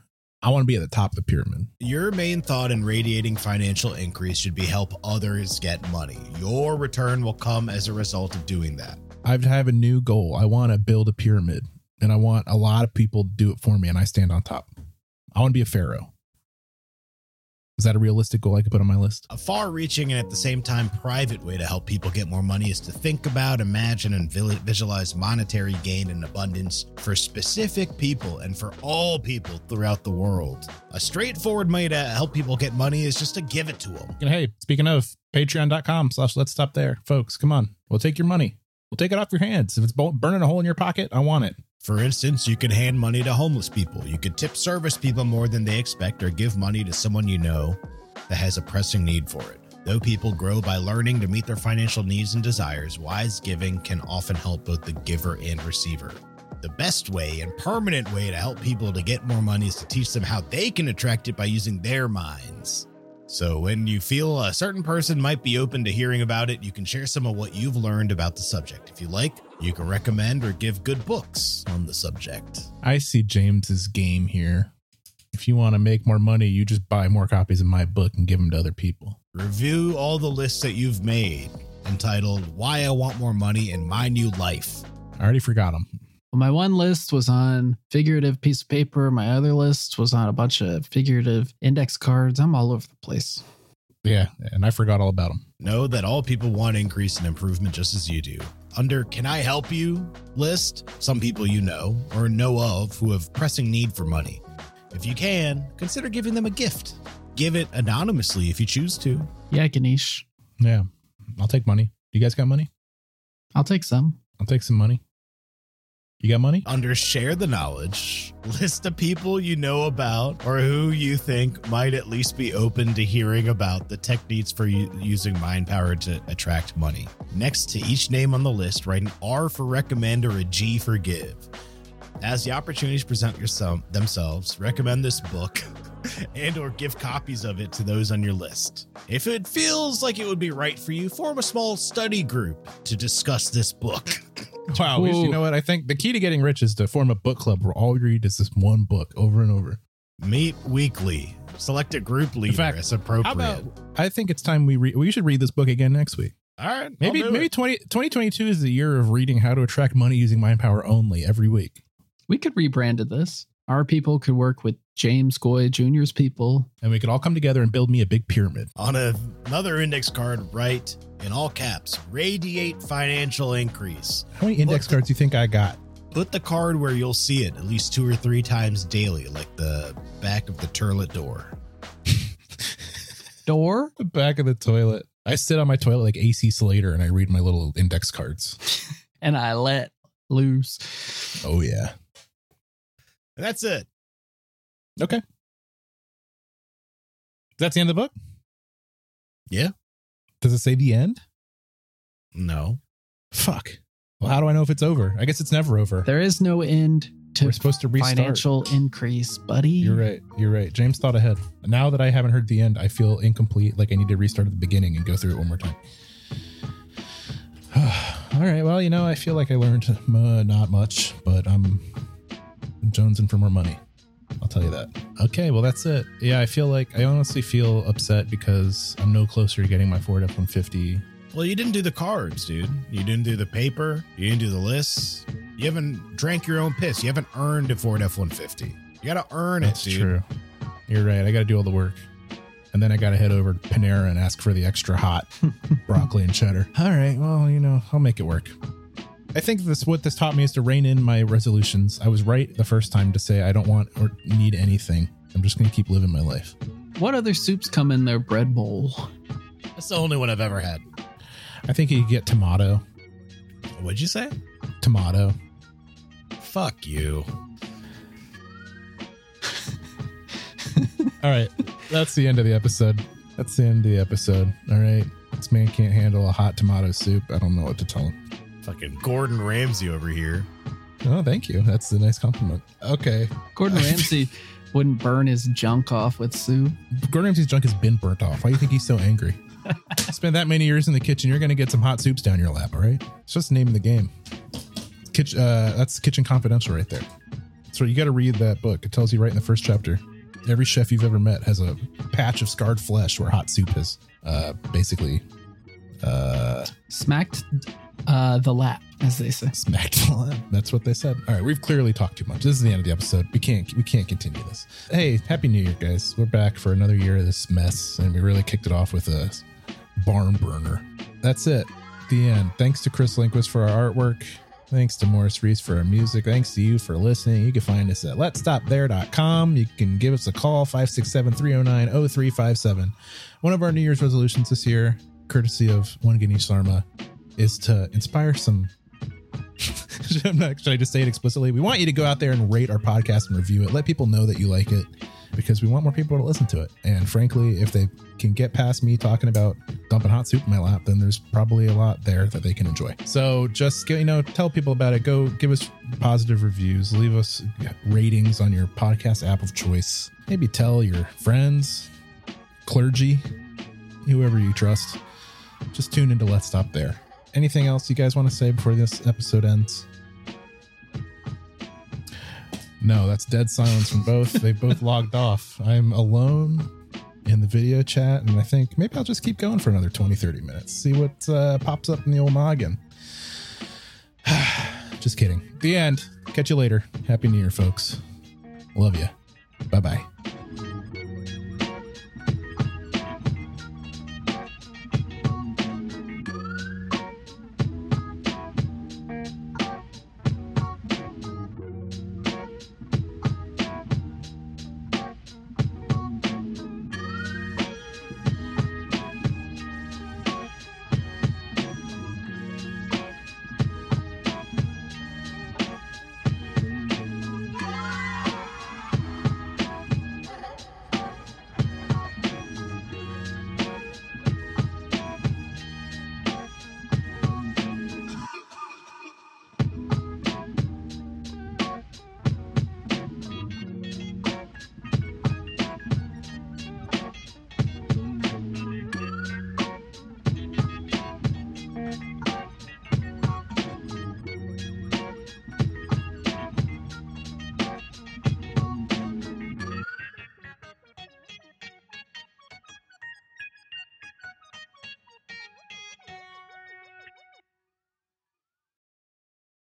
Speaker 1: i want to be at the top of the pyramid
Speaker 3: Your main thought in radiating financial increase should be help others get money. Your return will come as a result of doing that.
Speaker 1: i have a new goal i want to build a pyramid and i want a lot of people to do it for me and i stand on top i want to be a pharaoh is that a realistic goal i could put on my list
Speaker 3: A far reaching and at the same time private way to help people get more money is to think about, imagine, and vil- visualize monetary gain and abundance for specific people and for all people throughout the world. A straightforward way to help people get money is just to give it to them.
Speaker 1: and hey speaking of patreon.com slash let's stop there folks come on we'll take your money we'll take it off your hands if it's bu- burning a hole in your pocket i want it
Speaker 3: For instance, you could hand money to homeless people. You could tip service people more than they expect or give money to someone you know that has a pressing need for it. Though people grow by learning to meet their financial needs and desires, wise giving can often help both the giver and receiver. The best way and permanent way to help people to get more money is to teach them how they can attract it by using their minds. So, when you feel a certain person might be open to hearing about it, you can share some of what you've learned about the subject. If you like, you can recommend or give good books on the subject.
Speaker 1: i see james's game here if you want to make more money you just buy more copies of my book and give them to other people
Speaker 3: Review all the lists that you've made entitled Why I Want More Money and My New Life.
Speaker 1: i already forgot them
Speaker 4: Well, my one list was on figurative piece of paper. My other list was on a bunch of figurative index cards. I'm all over the place.
Speaker 1: yeah and i forgot all about them
Speaker 3: Know that all people want increase and improvement just as you do. Under Can I Help You list, some people you know or know of who have pressing need for money. If you can, consider giving them a gift. Give it anonymously if you choose to.
Speaker 4: Yeah, Ganesh.
Speaker 1: Yeah. I'll take money. You guys got money?
Speaker 4: I'll take some.
Speaker 1: I'll take some money. You got money?
Speaker 3: Under Share the Knowledge, list the people you know about or who you think might at least be open to hearing about the techniques for u- using mind power to attract money. Next to each name on the list, write an R for recommend or a G for give. As the opportunities present yourself, themselves, recommend this book [laughs] and or give copies of it to those on your list. If it feels like it would be right for you, form a small study group to discuss this book.
Speaker 1: [laughs] Wow. we-
Speaker 4: Ooh.
Speaker 1: You know what? I think the key to getting rich is to form a book club where all you read is this one book over and over.
Speaker 3: Meet weekly. Select a group leader
Speaker 1: fact,
Speaker 3: as appropriate.
Speaker 1: How about I think it's time we read we should read this book again next week.
Speaker 3: All right, I'll
Speaker 1: Maybe
Speaker 3: do
Speaker 1: maybe
Speaker 3: it.
Speaker 1: 20, 2022 is the year of reading how to attract money using mind power only every week.
Speaker 4: We could rebrand it this. Our people could work with James Goy Jr.'s people.
Speaker 1: And we could all come together and build me a big pyramid.
Speaker 3: on a, another index card. Write in all caps: "Radiate financial increase."
Speaker 1: How many index cards do you think I got?
Speaker 3: Put the card where you'll see it at least two or three times daily, like the back of the toilet door.
Speaker 4: Door?
Speaker 1: The back of the toilet. I sit on my toilet like AC Slater and I read my little index cards.
Speaker 4: And I let loose.
Speaker 1: Oh yeah.
Speaker 3: And that's it.
Speaker 1: That's the end of the book?
Speaker 3: Yeah.
Speaker 1: Does it say the end?
Speaker 3: No,
Speaker 1: Fuck. Well, how do I know if it's over? I guess it's never over.
Speaker 4: There is no end to
Speaker 1: We're supposed to restart.
Speaker 4: financial increase, buddy.
Speaker 1: You're right. You're right. James thought ahead. Now that I haven't heard the end, I feel incomplete. Like I need to restart at the beginning and go through it one more time. [sighs] All right. Well, you know, I feel like I learned uh, not much, but I'm jonesing for more money. I'll tell you that. Okay. Well, that's it. Yeah, I feel like I honestly feel upset because I'm no closer to getting my Ford F-150.
Speaker 3: Well, you didn't do the cards, dude. You didn't do the paper. You didn't do the lists. You haven't drank your own piss. You haven't earned a Ford F 150. You got to earn
Speaker 1: That's
Speaker 3: it, dude.
Speaker 1: true. You're right. I got to do all the work. And then I got to head over to Panera and ask for the extra
Speaker 3: [laughs]
Speaker 1: hot broccoli and cheddar. All right. Well, you know, I'll make it work. I think this what this taught me is to rein in my resolutions. I was right the first time to say I don't want or need anything. I'm just going to keep living my life.
Speaker 4: What other soups come in their bread bowl?
Speaker 3: That's the only one I've ever had.
Speaker 1: I think you get tomato,
Speaker 3: What'd you say?
Speaker 1: tomato.
Speaker 3: Fuck you.
Speaker 1: All right. That's the end of the episode. That's the end of the episode. All right. This man can't handle a hot tomato soup. I don't know what to tell him.
Speaker 3: Fucking Gordon Ramsay over here.
Speaker 1: Oh, thank you. That's a nice compliment. Okay. [laughs]
Speaker 4: Gordon Ramsay wouldn't burn his junk off with soup.
Speaker 1: Gordon Ramsay's junk has been burnt off. Why do you think he's so angry? Spend that many years in the kitchen, you're going to get some hot soups down your lap. All right, it's just the name of the game. Kitchen, uh, that's Kitchen Confidential right there. So you got to read that book. It tells you right in the first chapter. Every chef you've ever met has a patch of scarred flesh where hot soup has uh, basically uh,
Speaker 4: Smacked uh, the lap, as they say.
Speaker 1: smacked the lamp. That's what they said. All right, we've clearly talked too much. This is the end of the episode. We can't we can't continue this. Hey, happy New Year, guys. We're back for another year of this mess, and we really kicked it off with a barn burner. That's it. The end. Thanks to Chris Linquist for our artwork. Thanks to Morris Reese for our music. Thanks to you for listening. You can find us at letstopthere.com. You can give us a call, 567 309 0357. One of our New Year's resolutions this year, courtesy of One Guinea Sharma, is to inspire some [laughs] should, I'm not, should I just say it explicitly? We want you to go out there and rate our podcast and review it. Let people know that you like it because we want more people to listen to it. And frankly, if they can get past me talking about dumping hot soup in my lap, then there's probably a lot there that they can enjoy. So just you know, tell people about it. Go give us positive reviews. Leave us ratings on your podcast app of choice. Maybe tell your friends, clergy, whoever you trust. Just tune into Let's Stop There. Anything else you guys want to say before this episode ends? No, that's dead silence from both. they both logged off. I'm alone in the video chat, and I think maybe I'll just keep going for another 20, 30 minutes, see what uh, pops up in the old [sighs] noggin. just kidding. The end. Catch you later. Happy New Year, folks. Love you. Bye bye.